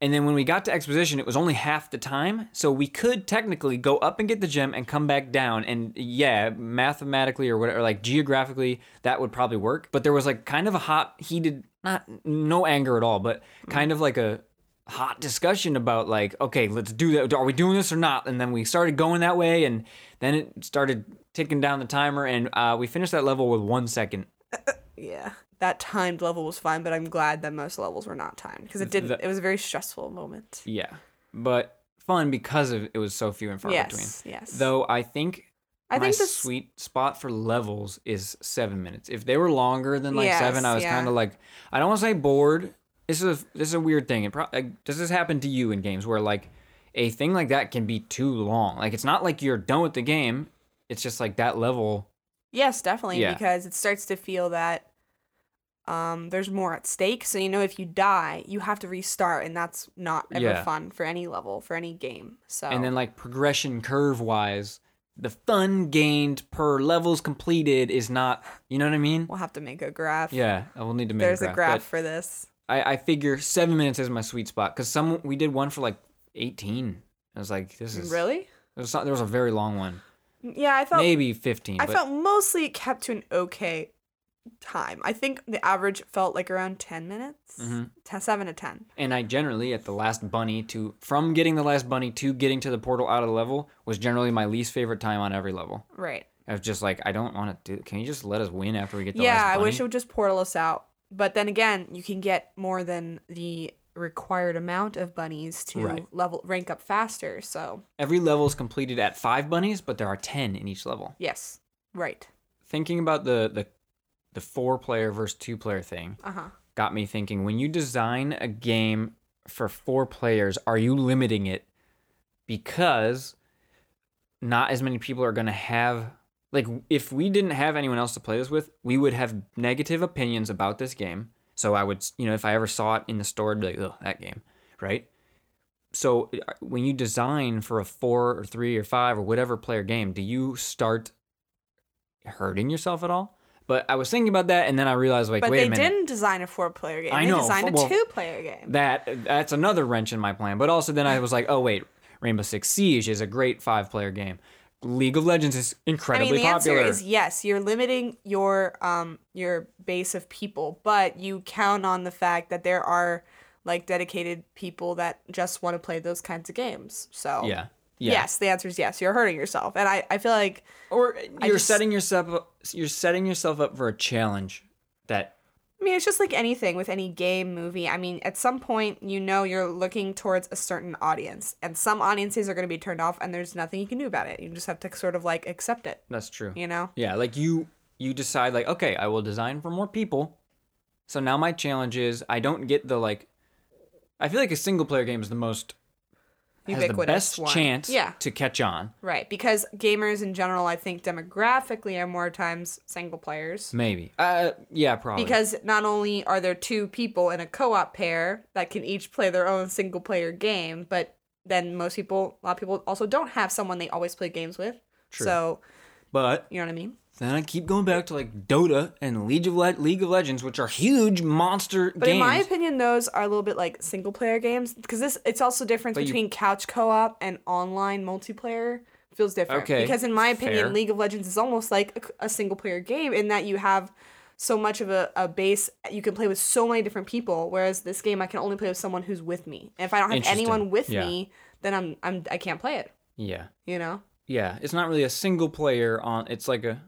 Speaker 1: And then when we got to X position, it was only half the time. So we could technically go up and get the gem and come back down. And yeah, mathematically or whatever, like geographically, that would probably work. But there was like kind of a hot, heated, not no anger at all, but kind of like a hot discussion about like, okay, let's do that. Are we doing this or not? And then we started going that way, and then it started ticking down the timer, and uh, we finished that level with one second.
Speaker 2: yeah. That timed level was fine, but I'm glad that most levels were not timed because it didn't.
Speaker 1: The-
Speaker 2: it was a very stressful moment.
Speaker 1: Yeah. But fun because of it was so few and far between.
Speaker 2: yes, yes.
Speaker 1: Though I think
Speaker 2: I
Speaker 1: my
Speaker 2: think this.
Speaker 1: sweet spot for levels is seven minutes. If they were longer than like seven,
Speaker 2: Yes,
Speaker 1: I was
Speaker 2: yeah.
Speaker 1: kind of like, I don't want to say bored. This is a, this is a weird thing. It pro- like, does this happen to you in games where like a thing like that can be too long? Like it's not like you're done with the game. It's just like that level.
Speaker 2: Yes, definitely,
Speaker 1: Yeah.
Speaker 2: because it starts to feel that um, there's more at stake. So you know, if you die, you have to restart, and that's not ever
Speaker 1: Yeah.
Speaker 2: fun for any level for any game. So
Speaker 1: And then like progression curve wise, the fun gained per levels completed is not. You know what I mean?
Speaker 2: we'll have to make a graph.
Speaker 1: Yeah, I will need to make
Speaker 2: there's
Speaker 1: a graph. but-
Speaker 2: for this.
Speaker 1: I, I figure seven minutes is my sweet spot because some we did one for like eighteen. I was like, this is
Speaker 2: Really?
Speaker 1: There was, not, there was a very long one,
Speaker 2: Yeah, I felt
Speaker 1: maybe fifteen.
Speaker 2: I
Speaker 1: but
Speaker 2: felt mostly it kept to an okay time. I think the average felt like around ten minutes,
Speaker 1: Mhm.
Speaker 2: Ten- seven to ten.
Speaker 1: and I generally at the last bunny to from getting the last bunny to getting to the portal out of the level was generally my least favorite time on every level.
Speaker 2: Right.
Speaker 1: I was just like, I don't want to do. Can you just let us win after we get the
Speaker 2: yeah,
Speaker 1: last
Speaker 2: I
Speaker 1: bunny?
Speaker 2: wish it would just portal us out. But then again, you can get more than the required amount of bunnies to
Speaker 1: Right.
Speaker 2: level rank up faster. So
Speaker 1: every level is completed at five bunnies, but there are ten in each level.
Speaker 2: yes, right.
Speaker 1: Thinking about the the the four player versus two player thing,
Speaker 2: Uh huh.
Speaker 1: got me thinking when you design a game for four players, are you limiting it because not as many people are going to have like if we didn't have anyone else to play this with, we would have negative opinions about this game. So I would, you know, if I ever saw it in the store, I'd be like, "Oh, that game," right? So uh, when you design for a four or three or five or whatever player game, do you start hurting yourself at all? But I was thinking about that, and then I realized, like,
Speaker 2: But
Speaker 1: wait
Speaker 2: they
Speaker 1: a minute,
Speaker 2: didn't design a four-player game.
Speaker 1: I
Speaker 2: They
Speaker 1: know,
Speaker 2: designed a
Speaker 1: well-
Speaker 2: two-player game.
Speaker 1: that that's another wrench in my plan. But also then I was like, oh wait, Rainbow Six Siege is a great five player game. League of Legends is
Speaker 2: I mean,
Speaker 1: incredibly
Speaker 2: the
Speaker 1: popular.
Speaker 2: answer is yes. You're limiting your um your base of people, but you count on the fact that there are like dedicated people that just want to play those kinds of games. So
Speaker 1: yeah. Yeah.
Speaker 2: yes, the answer is yes. You're hurting yourself, and I I feel like
Speaker 1: Or you're
Speaker 2: just-
Speaker 1: setting yourself up, you're setting yourself up for a challenge that
Speaker 2: I mean, it's just like anything with any game, movie. I mean, at some point, you know you're looking towards a certain audience, and some audiences are going to be turned off, and there's nothing you can do about it. You just have to sort of like accept it,
Speaker 1: that's true.
Speaker 2: you know?
Speaker 1: Yeah, like you you decide like, okay, I will design for more people. So now my challenge is I don't get the like I feel like a single player game is the most has the best
Speaker 2: one.
Speaker 1: chance
Speaker 2: Yeah,
Speaker 1: to catch on.
Speaker 2: right. Because gamers in general, I think demographically, are more times single players.
Speaker 1: Maybe. Uh yeah, probably.
Speaker 2: Because not only are there two people in a co op pair that can each play their own single player game, but then most people, a lot of people also don't have someone they always play games with.
Speaker 1: True.
Speaker 2: So,
Speaker 1: but
Speaker 2: you know what I mean?
Speaker 1: Then I keep going back to like Dota and League of Le- League of Legends, which are huge monster
Speaker 2: But
Speaker 1: games.
Speaker 2: in my opinion, those are a little bit like single player games because this it's also difference
Speaker 1: But you-
Speaker 2: between couch co op and online multiplayer feels different.
Speaker 1: Okay,
Speaker 2: Because in my opinion,
Speaker 1: fair.
Speaker 2: League of Legends is almost like a, a single player game in that you have so much of a, a base you can play with so many different people. Whereas this game, I can only play with someone who's with me. And if I don't have
Speaker 1: Interesting,
Speaker 2: anyone with
Speaker 1: yeah.
Speaker 2: me, then I'm I'm I can't play it.
Speaker 1: yeah,
Speaker 2: You know.
Speaker 1: yeah, it's not really a single player on. It's like a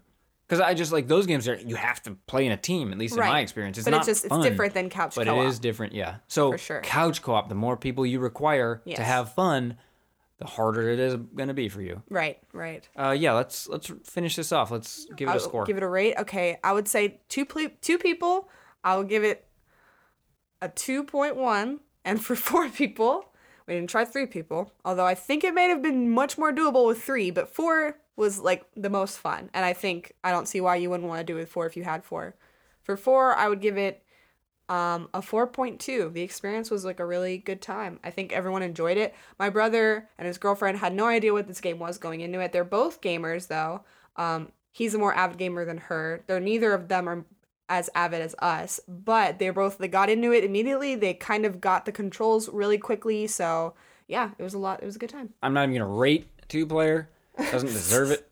Speaker 1: because I just like those games. Are you have to play in a team, at least in my
Speaker 2: Right.
Speaker 1: experience. It's
Speaker 2: but
Speaker 1: not
Speaker 2: it's just
Speaker 1: fun,
Speaker 2: it's different than couch
Speaker 1: but
Speaker 2: co-op.
Speaker 1: it is different. Yeah, so
Speaker 2: For sure.
Speaker 1: couch co-op. The more people you require
Speaker 2: Yes.
Speaker 1: to have fun, the harder it is going to be for you.
Speaker 2: Right. Right.
Speaker 1: Uh, yeah, let's let's finish this off. Let's give it
Speaker 2: I
Speaker 1: a
Speaker 2: would
Speaker 1: score.
Speaker 2: Give it a rate. Okay, I would say two ple- two people. I would give it a two point one, (laughs) and for four people, we didn't try three people. Although I think it may have been much more doable with three, but four was like the most fun, and I think I don't see why you wouldn't want to do it with four if you had four. For four, I would give it um, a 4.2. The experience was like a really good time. I think everyone enjoyed it. My brother and his girlfriend had no idea what this game was going into it. They're both gamers though. Um, he's a more avid gamer than her. They're neither of them are as avid as us, but they both they got into it immediately. They kind of got the controls really quickly. So yeah, it was a lot. It was a good time.
Speaker 1: I'm not even gonna rate two player. Doesn't deserve it.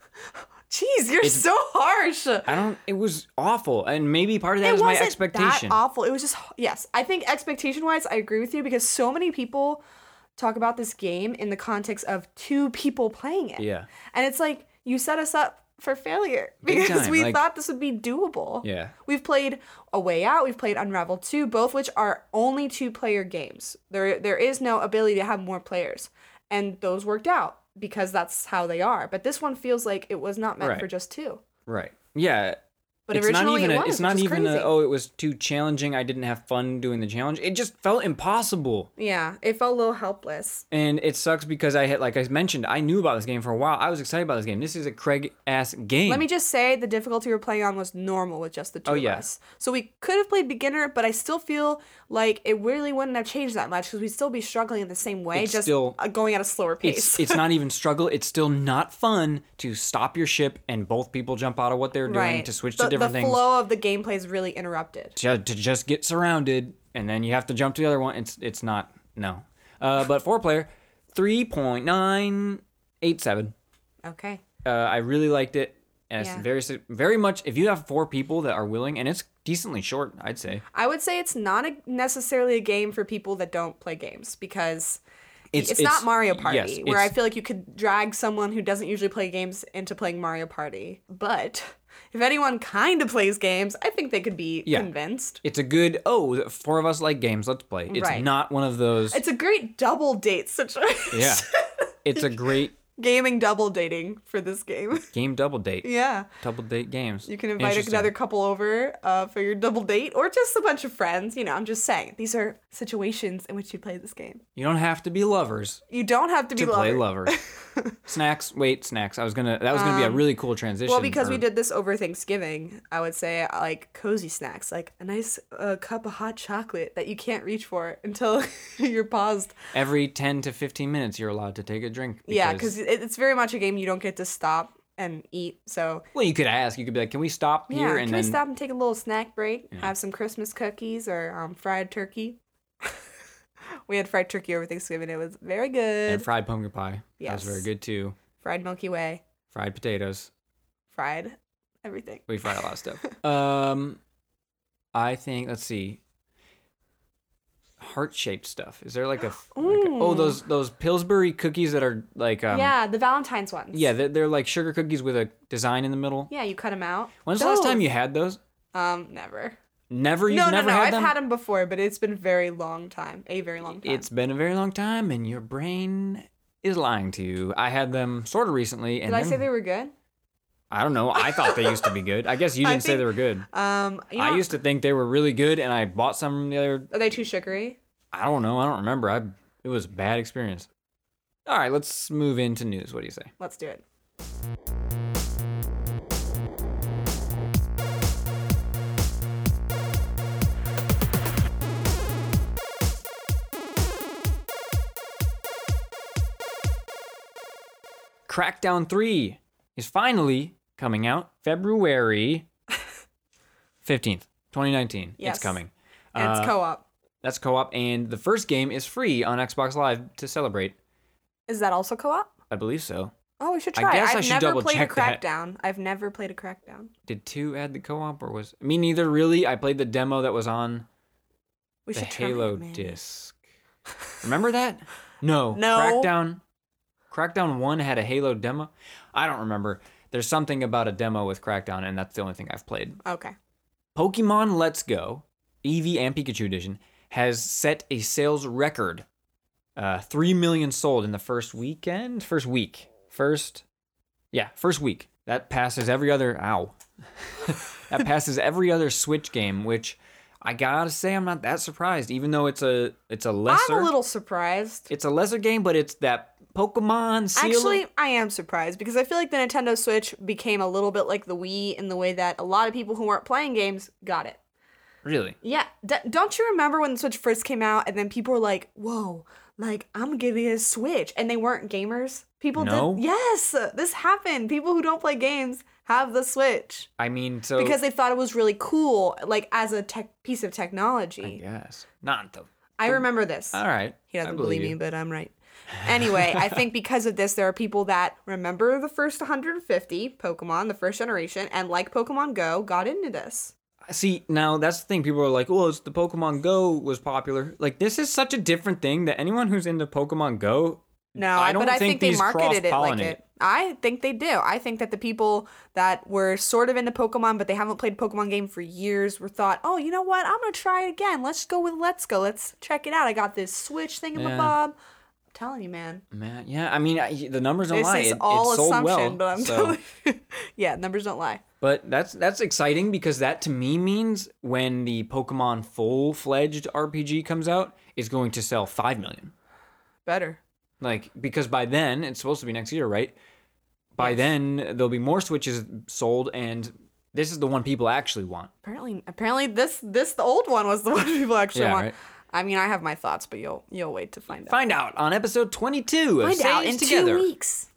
Speaker 2: Jeez, you're so harsh.
Speaker 1: I don't. It was awful, and maybe part of that
Speaker 2: it
Speaker 1: is my
Speaker 2: wasn't
Speaker 1: expectation.
Speaker 2: that awful. It was just yes. I think expectation wise, I agree with you because so many people talk about this game in the context of two people playing it.
Speaker 1: Yeah.
Speaker 2: and it's like you set us up for failure
Speaker 1: Big
Speaker 2: because
Speaker 1: time,
Speaker 2: (laughs) we
Speaker 1: like-
Speaker 2: thought this would be doable.
Speaker 1: Yeah.
Speaker 2: We've played A Way Out, we've played Unravel 2, both which are only two player games. There there is no ability to have more players. and those worked out because that's how they are. But this one feels like it was not meant
Speaker 1: Right.
Speaker 2: for just two.
Speaker 1: Right. Yeah.
Speaker 2: But
Speaker 1: it's not
Speaker 2: originally
Speaker 1: even
Speaker 2: it
Speaker 1: a,
Speaker 2: was.
Speaker 1: it's
Speaker 2: which
Speaker 1: not
Speaker 2: is
Speaker 1: even a,
Speaker 2: crazy.
Speaker 1: oh it was too challenging I didn't have fun doing the challenge it just felt impossible
Speaker 2: Yeah, it felt a little helpless.
Speaker 1: and it sucks because I had like I mentioned I knew about this game for a while I was excited about this game this is a Craig ass game
Speaker 2: Let me just say the difficulty we we're playing on was normal with just the two
Speaker 1: Oh,
Speaker 2: of
Speaker 1: yeah.
Speaker 2: us. So we could have played beginner, but I still feel like it really wouldn't have changed that much because we'd still be struggling in the same way,
Speaker 1: It's
Speaker 2: just
Speaker 1: still-
Speaker 2: uh, going at a slower pace.
Speaker 1: it's it's not even struggle it's still not fun to stop your ship and both people jump out of what they're doing
Speaker 2: right.
Speaker 1: to switch
Speaker 2: the,
Speaker 1: to different
Speaker 2: the
Speaker 1: things
Speaker 2: flow of the gameplay is really interrupted.
Speaker 1: to, to just get surrounded and then you have to jump to the other one it's it's not no uh, but four player 3.987
Speaker 2: Okay.
Speaker 1: uh, I really liked it, and
Speaker 2: Yeah.
Speaker 1: it's very si- very much. If you have four people that are willing, and it's decently short, I'd say
Speaker 2: I would say it's not a, necessarily a game for people that don't play games because it's, not Mario Party,
Speaker 1: yes,
Speaker 2: where I
Speaker 1: it's-
Speaker 2: feel like you could drag someone who doesn't usually play games into playing Mario Party. But if anyone kind of plays games, I think they could be
Speaker 1: Yeah.
Speaker 2: convinced.
Speaker 1: it's a good. Oh, the four of us like games. Let's play. It's
Speaker 2: Right.
Speaker 1: not one of those.
Speaker 2: It's a great double date (laughs) situation.
Speaker 1: yeah, it's a great
Speaker 2: Gaming double dating for this game. (laughs)
Speaker 1: game. Double date.
Speaker 2: yeah.
Speaker 1: Double date games.
Speaker 2: You can invite
Speaker 1: Interesting.
Speaker 2: another couple over uh, for your double date or just a bunch of friends. You know, I'm just saying, these are situations in which you play this game.
Speaker 1: You don't have to be lovers
Speaker 2: You don't have to be
Speaker 1: to play
Speaker 2: lovers.
Speaker 1: lovers.
Speaker 2: (laughs)
Speaker 1: snacks. Wait, snacks. I was gonna. That was gonna be a really cool transition.
Speaker 2: Um, Well, because we
Speaker 1: or-
Speaker 2: did this over Thanksgiving, I would say I like cozy snacks, like a nice uh, cup of hot chocolate that you can't reach for (laughs) until you're paused.
Speaker 1: every ten to fifteen minutes, you're allowed to take a drink.
Speaker 2: Yeah, 'cause yeah, because it's very much a game you don't get to stop and eat. So
Speaker 1: well, you could ask. You could be like, "Can we stop
Speaker 2: yeah,
Speaker 1: here?"
Speaker 2: can
Speaker 1: And
Speaker 2: we
Speaker 1: then
Speaker 2: stop and take a little snack break? Have some Christmas cookies or um, fried turkey. (laughs) we had fried turkey over Thanksgiving. It was very good.
Speaker 1: and fried pumpkin pie. That was
Speaker 2: Yes.
Speaker 1: very good too.
Speaker 2: fried Milky Way,
Speaker 1: fried potatoes.
Speaker 2: fried everything.
Speaker 1: We fried a lot of
Speaker 2: (laughs)
Speaker 1: stuff. um, I think let's see, heart shaped stuff. Is there like a,
Speaker 2: (gasps)
Speaker 1: like a- oh
Speaker 2: Ooh.
Speaker 1: those those Pillsbury cookies that are like um, yeah
Speaker 2: yeah, the Valentine's ones.
Speaker 1: they're, they're like sugar cookies with a design in the middle.
Speaker 2: Yeah, you cut them out.
Speaker 1: When's the last time
Speaker 2: Those-
Speaker 1: you had those?
Speaker 2: Um, never.
Speaker 1: Never. You've
Speaker 2: no,
Speaker 1: never
Speaker 2: no, no.
Speaker 1: had
Speaker 2: I've
Speaker 1: them.
Speaker 2: had them before, but it's been a very long time. A very long time.
Speaker 1: It's been a very long time, and your brain is lying to you. I had them sort of recently, and
Speaker 2: Did I say
Speaker 1: then-
Speaker 2: they were good?
Speaker 1: I don't know. I thought they used to be good. I
Speaker 2: (laughs)
Speaker 1: guess you
Speaker 2: I
Speaker 1: didn't say
Speaker 2: think-
Speaker 1: they were good.
Speaker 2: Um, you know,
Speaker 1: I used to think they were really good, and I bought some the other
Speaker 2: Are they too sugary?
Speaker 1: I don't know. I don't remember. I it was a bad experience. All right, let's move into news. What do you say?
Speaker 2: Let's do it.
Speaker 1: Crackdown 3 is finally coming out February 15th, 2019.
Speaker 2: Yes.
Speaker 1: It's coming.
Speaker 2: And
Speaker 1: Uh,
Speaker 2: it's co-op.
Speaker 1: that's co-op and the first game is free on Xbox Live to celebrate.
Speaker 2: Is that also co-op?
Speaker 1: I believe so.
Speaker 2: Oh, we should
Speaker 1: I
Speaker 2: try.
Speaker 1: guess
Speaker 2: have
Speaker 1: I should
Speaker 2: never
Speaker 1: double
Speaker 2: played
Speaker 1: check
Speaker 2: a
Speaker 1: that.
Speaker 2: crackdown. I've never played a crackdown.
Speaker 1: Did 2 add the co-op or was Me neither really. I played the demo that was on
Speaker 2: We
Speaker 1: the
Speaker 2: should try
Speaker 1: Halo
Speaker 2: it, man.
Speaker 1: disc. Remember
Speaker 2: (laughs)
Speaker 1: that? No.
Speaker 2: No.
Speaker 1: Crackdown. Crackdown One had a Halo demo. I don't remember. There's something about a demo with Crackdown, and that's the only thing I've played.
Speaker 2: Okay.
Speaker 1: Pokemon Let's Go, Eevee and Pikachu Edition, has set a sales record. Uh, three million sold in the first weekend, first week, first, yeah, first week. That passes every other. Ow, (laughs) that passes every other Switch game, which I gotta say I'm not that surprised. Even though it's a it's a lesser,
Speaker 2: I'm a little surprised.
Speaker 1: it's a lesser game, but it's that Pokemon seal. of-
Speaker 2: Actually, I am surprised because I feel like the Nintendo Switch became a little bit like the Wii in the way that a lot of people who weren't playing games got it.
Speaker 1: really,
Speaker 2: Yeah, d- don't you remember when the Switch first came out and then people were like, "Whoa, like I'm getting a Switch," and they weren't gamers. People
Speaker 1: No.
Speaker 2: did. Yes, this happened. People who don't play games have the Switch
Speaker 1: I mean, so
Speaker 2: because they thought it was really cool, like as a tech piece of
Speaker 1: I
Speaker 2: technology.
Speaker 1: guess not though.
Speaker 2: I remember this.
Speaker 1: All right,
Speaker 2: He
Speaker 1: I
Speaker 2: doesn't believe,
Speaker 1: you.
Speaker 2: me, but
Speaker 1: (laughs)
Speaker 2: I'm right. Anyway, I think because of this, there are people that remember the first 150 Pokemon, the first generation, and like Pokemon Go, got into this.
Speaker 1: See, now that's the thing. People are like, "Well, it's the Pokemon Go was popular." Like, this is such a different thing that anyone who's into Pokemon Go,
Speaker 2: No,
Speaker 1: I
Speaker 2: I
Speaker 1: don't
Speaker 2: but I
Speaker 1: think
Speaker 2: think they
Speaker 1: these
Speaker 2: marketed it like
Speaker 1: cross-pollinate.
Speaker 2: it. I think they do. I think that the people that were sort of into Pokemon, but they haven't played Pokemon game for years, were thought, oh, you know what? I'm gonna try it again. Let's go with Let's Go. Let's check it out. I got this Switch thing in
Speaker 1: Yeah.
Speaker 2: my bob. telling you, man.
Speaker 1: Man, yeah. I mean, I, the numbers don't
Speaker 2: This
Speaker 1: lie.
Speaker 2: is
Speaker 1: It,
Speaker 2: all
Speaker 1: it sold
Speaker 2: assumption,
Speaker 1: well.
Speaker 2: but I'm
Speaker 1: so-
Speaker 2: telling (laughs) you. yeah, numbers don't lie.
Speaker 1: (laughs) But that's that's exciting because that to me means when the Pokemon full fledged RPG comes out, it's going to sell five million.
Speaker 2: Better.
Speaker 1: Like because by then it's supposed to be next year, right? By
Speaker 2: Yes.
Speaker 1: then there'll be more Switches sold, and this is the one people actually want.
Speaker 2: Apparently, apparently this this the old one was the (laughs) one people actually
Speaker 1: Yeah,
Speaker 2: want.
Speaker 1: right.
Speaker 2: I mean, I have my thoughts, but you'll you'll wait to find out.
Speaker 1: Find out on episode twenty two of
Speaker 2: Find out
Speaker 1: Saying
Speaker 2: in
Speaker 1: Together.
Speaker 2: two weeks.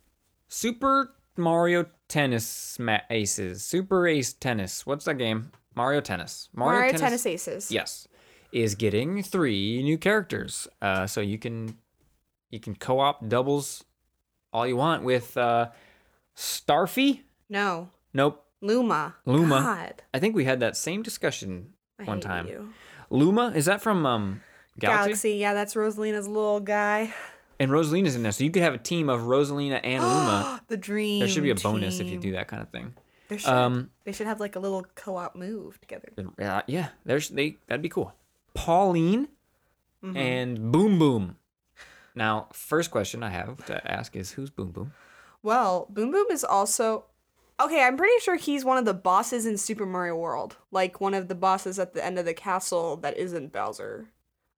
Speaker 1: Super Mario Tennis ma- Aces. Super Ace Tennis. What's that game? Mario Tennis.
Speaker 2: Mario, Tennis, Aces.
Speaker 1: Yes, is getting three new characters. Uh, so you can you can co-op doubles all you want with uh, Starfy.
Speaker 2: No,
Speaker 1: Nope,
Speaker 2: Luma.
Speaker 1: Luma.
Speaker 2: God,
Speaker 1: I think we had that same discussion
Speaker 2: I
Speaker 1: one
Speaker 2: hate
Speaker 1: time.
Speaker 2: you.
Speaker 1: Luma is that from um, Galaxy?
Speaker 2: Galaxy. Yeah, that's Rosalina's little guy.
Speaker 1: And Rosalina's in there, so you could have a team of Rosalina and (gasps)
Speaker 2: (gasps)
Speaker 1: Luma.
Speaker 2: the dream.
Speaker 1: There should be a bonus if you
Speaker 2: team.
Speaker 1: do that kind of thing.
Speaker 2: There should.
Speaker 1: Um,
Speaker 2: they should have like a little co-op move together.
Speaker 1: uh, yeah, there's they that'd be cool. Pauline
Speaker 2: Mm-hmm.
Speaker 1: and Boom Boom. Now, first question I have to ask is who's Boom Boom?
Speaker 2: Well, Boom Boom is also okay. I'm pretty sure he's one of the bosses in Super Mario World, like one of the bosses at the end of the castle that isn't Bowser.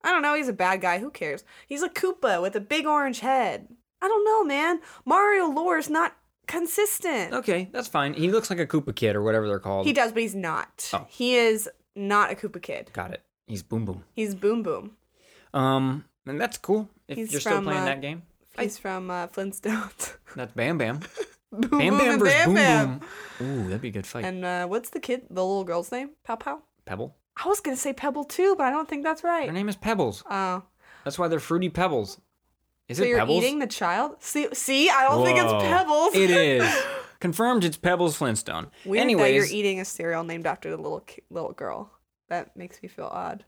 Speaker 2: I don't know. He's a bad guy. Who cares? He's a Koopa with a big orange head. I don't know, man. Mario lore is not consistent.
Speaker 1: Okay, that's fine. He looks like a Koopa kid or whatever they're called.
Speaker 2: He does, but he's not.
Speaker 1: Oh.
Speaker 2: He is not a Koopa kid.
Speaker 1: Got it. He's boom boom.
Speaker 2: He's Boom Boom.
Speaker 1: Um, and that's cool. If
Speaker 2: He's
Speaker 1: you're still
Speaker 2: from,
Speaker 1: playing
Speaker 2: uh,
Speaker 1: that game, I-
Speaker 2: He's from uh, Flintstones. (laughs)
Speaker 1: that's Bam Bam.
Speaker 2: boom
Speaker 1: Bam Bam
Speaker 2: and
Speaker 1: versus
Speaker 2: Bam
Speaker 1: Boom
Speaker 2: Bam.
Speaker 1: Boom. Ooh, that'd be a good fight.
Speaker 2: And uh, what's the kid, the little girl's name? Pow Pow?
Speaker 1: Pebble.
Speaker 2: I was gonna say Pebble too, but I don't think that's
Speaker 1: Their
Speaker 2: right.
Speaker 1: name is Pebbles.
Speaker 2: Oh,
Speaker 1: That's why they're fruity pebbles. Is
Speaker 2: so
Speaker 1: it
Speaker 2: you're
Speaker 1: Pebbles?
Speaker 2: eating the child? See, see, I don't think it's
Speaker 1: Whoa.
Speaker 2: Pebbles. (laughs)
Speaker 1: it is. Confirmed. It's Pebbles Flintstone.
Speaker 2: Weird that
Speaker 1: Anyways,
Speaker 2: you're eating a cereal named after the little ki- little girl. That makes me feel odd.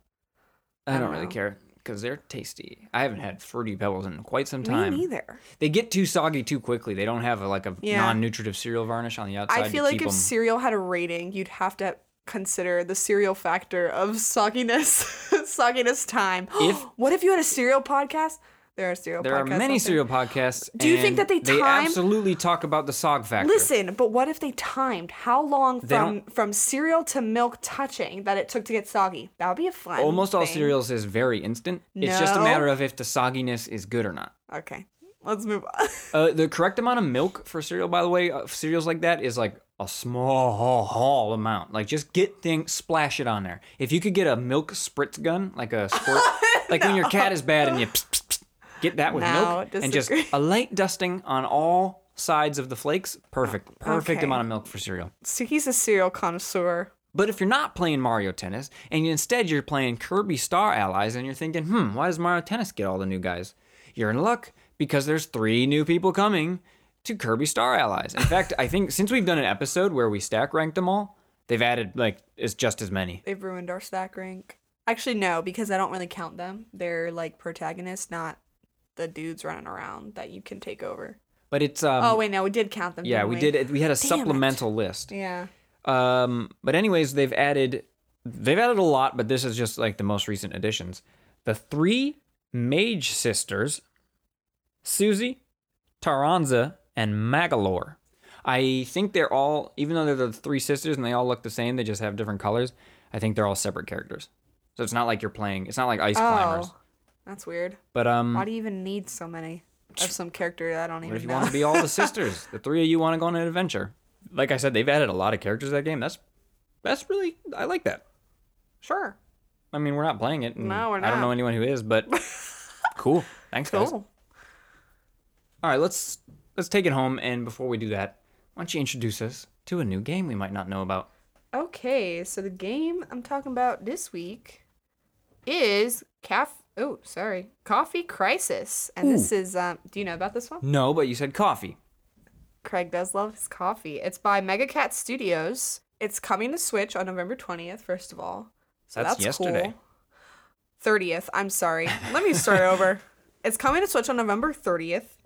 Speaker 1: I don't
Speaker 2: I
Speaker 1: really
Speaker 2: don't know.
Speaker 1: care because they're tasty. I haven't had fruity pebbles in quite some
Speaker 2: Me
Speaker 1: time.
Speaker 2: neither.
Speaker 1: They get too soggy too quickly. They don't have a, like a
Speaker 2: Yeah.
Speaker 1: non-nutritive cereal varnish on the outside.
Speaker 2: I feel
Speaker 1: to
Speaker 2: like
Speaker 1: keep
Speaker 2: if
Speaker 1: 'em-
Speaker 2: cereal had a rating, you'd have to consider the cereal factor of sogginess, (laughs) sogginess time.
Speaker 1: If-
Speaker 2: (gasps) what if you had a cereal podcast? There are cereal.
Speaker 1: There are
Speaker 2: podcasts
Speaker 1: many
Speaker 2: out there.
Speaker 1: serial podcasts.
Speaker 2: Do you think
Speaker 1: and
Speaker 2: that they
Speaker 1: They
Speaker 2: time-
Speaker 1: absolutely talk about the sog factor.
Speaker 2: Listen, but what if they timed how long
Speaker 1: They
Speaker 2: from from cereal to milk touching that it took to get soggy? That would be a fun.
Speaker 1: Almost all
Speaker 2: thing.
Speaker 1: cereals is very instant. It's just a
Speaker 2: No.
Speaker 1: matter of if the sogginess is good or not.
Speaker 2: Okay, let's move on. (laughs)
Speaker 1: Uh, the correct amount of milk for cereal, by the way, of cereals like that is like a small haul amount. Like just get things, splash it on there. If you could get a milk spritz gun, like a
Speaker 2: (laughs)
Speaker 1: squirt, like when your cat is bad and you pss, pss, pss, get that with
Speaker 2: No,
Speaker 1: milk and just
Speaker 2: disagree.
Speaker 1: a light dusting on all sides of the flakes. Perfect, perfect
Speaker 2: Okay.
Speaker 1: amount of milk for cereal.
Speaker 2: so he's a cereal connoisseur.
Speaker 1: But if you're not playing Mario Tennis and instead you're playing Kirby Star Allies and you're thinking, hmm, why does Mario Tennis get all the new guys? You're in luck because there's three new people coming to Kirby Star Allies. In fact, I think since we've done an episode where we stack ranked them all, they've added like it's just as many.
Speaker 2: They've ruined our stack rank. Actually, no, because I don't really count them. They're like protagonists, not the dudes running around that you can take over.
Speaker 1: But it's um,
Speaker 2: oh wait, no, we did count them.
Speaker 1: yeah,
Speaker 2: didn't
Speaker 1: we did it. We had a
Speaker 2: it.
Speaker 1: supplemental list.
Speaker 2: Yeah.
Speaker 1: Um, but anyways, they've added they've added a lot, but this is just like the most recent additions. The three mage sisters, Susie, Taranza, and Magalore. I think they're all, even though they're the three sisters and they all look the same, they just have different colors. I think they're all separate characters. So it's not like you're playing. It's not like ice climbers.
Speaker 2: Oh, that's weird.
Speaker 1: But um,
Speaker 2: Why do you even need so many of some character that I don't even
Speaker 1: What if you
Speaker 2: know?
Speaker 1: want to be all the sisters? The three of you want to go on an adventure. Like I said, they've added a lot of characters to that game. That's that's really I like that.
Speaker 2: (laughs) sure.
Speaker 1: I mean, we're not playing it. And
Speaker 2: No, we're
Speaker 1: I don't know
Speaker 2: not.
Speaker 1: anyone who is,
Speaker 2: (laughs)
Speaker 1: but cool. Thanks, guys.
Speaker 2: Cool.
Speaker 1: All right, let's let's take it home. And before we do that, why don't you introduce us to a new game we might not know about?
Speaker 2: Okay, so the game I'm talking about this week is caf. Oh, sorry, Coffee Crisis, and this is um. Do you know about this one?
Speaker 1: No, but you said coffee.
Speaker 2: Craig does love his coffee. It's by Mega Cat Studios. It's coming to Switch on November twentieth. First of all, so
Speaker 1: That's
Speaker 2: that's,
Speaker 1: yesterday.
Speaker 2: Thirtieth. I'm sorry. Let me
Speaker 1: (laughs)
Speaker 2: start over. It's coming to Switch on November thirtieth.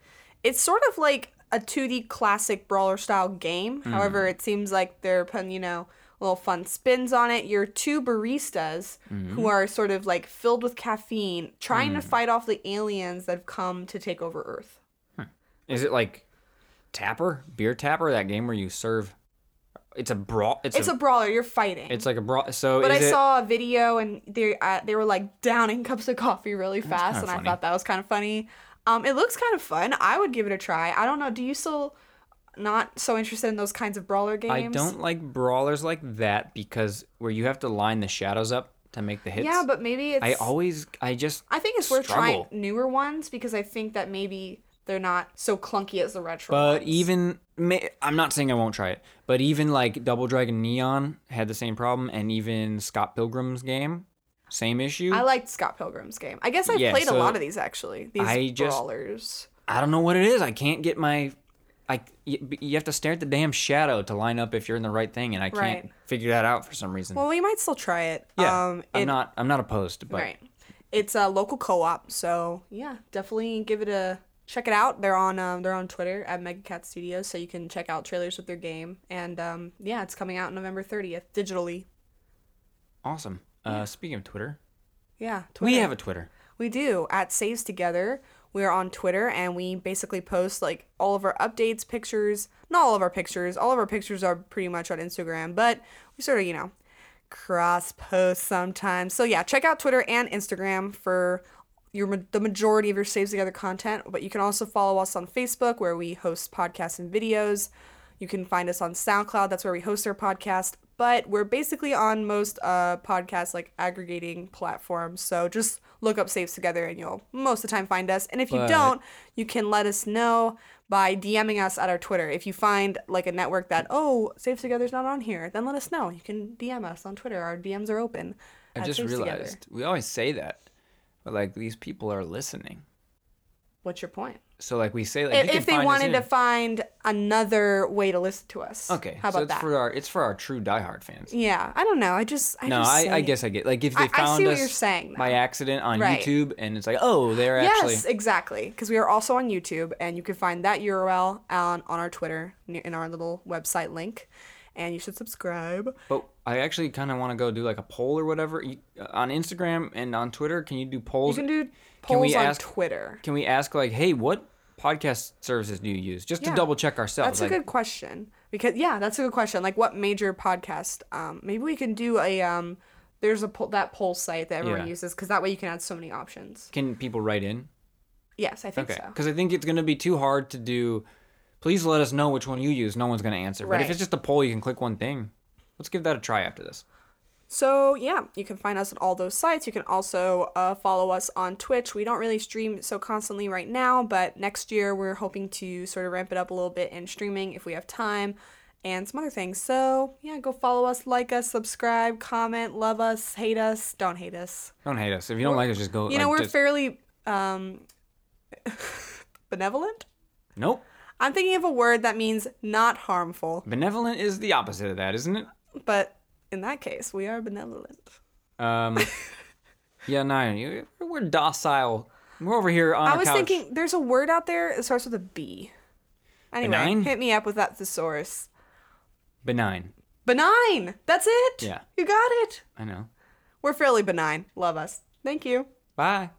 Speaker 2: It's sort of
Speaker 1: Mm-hmm.
Speaker 2: like a 2D classic brawler style game. However, it seems like they're putting you know little fun spins on it. Your two baristas
Speaker 1: Mm-hmm.
Speaker 2: who are sort of like filled with caffeine, trying
Speaker 1: Mm.
Speaker 2: to fight off the aliens that have come to take over Earth.
Speaker 1: Is it like Tapper, beer Tapper, that game where you serve? It's a brawl. It's,
Speaker 2: It's
Speaker 1: a,
Speaker 2: a brawler. You're fighting.
Speaker 1: It's like a brawl. So
Speaker 2: but I
Speaker 1: is it?
Speaker 2: saw a video and they uh, they were like downing (laughs) cups of coffee really fast,
Speaker 1: kinda
Speaker 2: and
Speaker 1: funny.
Speaker 2: I thought that was kind of funny. Um, it looks kind of fun. I would give it a try. I don't know. Do you still not so interested in those kinds of brawler games?
Speaker 1: I don't like brawlers like that because where you have to line the shadows up to make the hits.
Speaker 2: Yeah, but maybe it's.
Speaker 1: I always, I just,
Speaker 2: I think it's worth
Speaker 1: struggle.
Speaker 2: trying newer ones because I think that maybe they're not so clunky as the retro.
Speaker 1: But
Speaker 2: ones.
Speaker 1: even ma- I'm not saying I won't try it, but even like Double Dragon Neon had the same problem, and even Scott Pilgrim's game, same issue.
Speaker 2: I
Speaker 1: I,
Speaker 2: liked Scott Pilgrim's game. I guess I
Speaker 1: Yeah,
Speaker 2: played
Speaker 1: so
Speaker 2: a lot of these actually. These
Speaker 1: I just-
Speaker 2: brawlers.
Speaker 1: don't know what it is. I can't get my. I y- you have to stare at the damn shadow to line up if you're in the right thing, and I can't
Speaker 2: Right.
Speaker 1: figure that out for some reason.
Speaker 2: Well, we might still try it.
Speaker 1: yeah,
Speaker 2: Um,
Speaker 1: I'm
Speaker 2: it-
Speaker 1: not. I'm not opposed, but
Speaker 2: Right. It's a local co-op, so yeah, definitely give it a check it out. They're on um, they're on Twitter at MegaCat Studios, so you can check out trailers with their game. And um, yeah, it's coming out November 30th digitally.
Speaker 1: awesome. Uh, speaking of Twitter,
Speaker 2: Yeah,
Speaker 1: we have a Twitter.
Speaker 2: We do at Saves Together. We are on Twitter and we basically post like all of our updates, pictures. Not all of our pictures. All of our pictures are pretty much on Instagram, but we sort of, you know, cross post sometimes. So yeah, check out Twitter and Instagram for your ma- the majority of your Saves Together content, but you can also follow us on Facebook where we host podcasts and videos. You can find us on SoundCloud. That's where we host our podcast. But we're basically on most uh, podcast like aggregating platforms. So just look up Saves Together and you'll most of the time find us. And if you
Speaker 1: But-
Speaker 2: don't, you can let us know by DMing us at our Twitter. If you find like a network that, oh, Saves Together's not on here, then let us know. You can DM us on Twitter. Our DMs are open.
Speaker 1: I
Speaker 2: at
Speaker 1: just
Speaker 2: Saves Together.
Speaker 1: realized we always say that, but like these people are listening.
Speaker 2: What's your point?
Speaker 1: So like we say like you
Speaker 2: if,
Speaker 1: can
Speaker 2: if they
Speaker 1: find us
Speaker 2: wanted
Speaker 1: here.
Speaker 2: to find another way to listen to us.
Speaker 1: Okay,
Speaker 2: How
Speaker 1: so
Speaker 2: about
Speaker 1: it's
Speaker 2: that?
Speaker 1: for our it's for our true diehard fans.
Speaker 2: yeah, I don't know. I just I
Speaker 1: no,
Speaker 2: just
Speaker 1: I, I
Speaker 2: say-
Speaker 1: guess I get like if they
Speaker 2: I- I see
Speaker 1: found
Speaker 2: what
Speaker 1: us
Speaker 2: you're saying,
Speaker 1: by
Speaker 2: though.
Speaker 1: accident on
Speaker 2: Right.
Speaker 1: YouTube and it's like oh they're
Speaker 2: Yes,
Speaker 1: actually
Speaker 2: exactly. Because we are also on YouTube, and you can find that URL on on our Twitter n- in our little website link, and you should subscribe.
Speaker 1: but oh, I actually kind of want to go do like a poll or whatever you, uh, on Instagram and on Twitter. Can you do
Speaker 2: You
Speaker 1: polls?
Speaker 2: can do
Speaker 1: Can we
Speaker 2: polls on
Speaker 1: ask-
Speaker 2: Twitter.
Speaker 1: Can we ask like hey what podcast services do you use just to
Speaker 2: Yeah.
Speaker 1: double check ourselves?
Speaker 2: That's a
Speaker 1: like,
Speaker 2: good question because yeah, that's a good question. Like, what major podcast? Um, maybe we can do a um. There's a poll that poll site that everyone
Speaker 1: Yeah.
Speaker 2: uses because that way you can add so many options.
Speaker 1: Can people write in?
Speaker 2: Yes, I think
Speaker 1: Okay,
Speaker 2: so.
Speaker 1: because I think it's gonna be too hard to do. Please let us know which one you use. No one's gonna answer. But if
Speaker 2: Right.
Speaker 1: it's just a poll, you can click one thing. Let's give that a try after this.
Speaker 2: So yeah, you can find us on all those sites. You can also uh, follow us on Twitch. We don't really stream so constantly right now, but next year we're hoping to sort of ramp it up a little bit in streaming if we have time and some other things. So yeah, go follow us, like us, subscribe, comment, love us, hate us, don't hate us.
Speaker 1: Don't hate us. If you don't like us, just go.
Speaker 2: You know
Speaker 1: like,
Speaker 2: we're
Speaker 1: just-
Speaker 2: fairly um, (laughs) benevolent.
Speaker 1: Nope.
Speaker 2: I'm thinking of a word that means not harmful,
Speaker 1: Benevolent is the opposite of that, isn't it?
Speaker 2: but in that case, we are benevolent. (laughs)
Speaker 1: Um, yeah, no, you- we're docile. We're over here on
Speaker 2: I
Speaker 1: our
Speaker 2: was
Speaker 1: couch.
Speaker 2: thinking there's a word out there. It starts with a B. Anyway,
Speaker 1: Benign?
Speaker 2: hit me up with that thesaurus.
Speaker 1: benign.
Speaker 2: Benign. That's it.
Speaker 1: Yeah.
Speaker 2: You got it.
Speaker 1: I know.
Speaker 2: We're fairly benign. Love us. Thank you.
Speaker 1: Bye.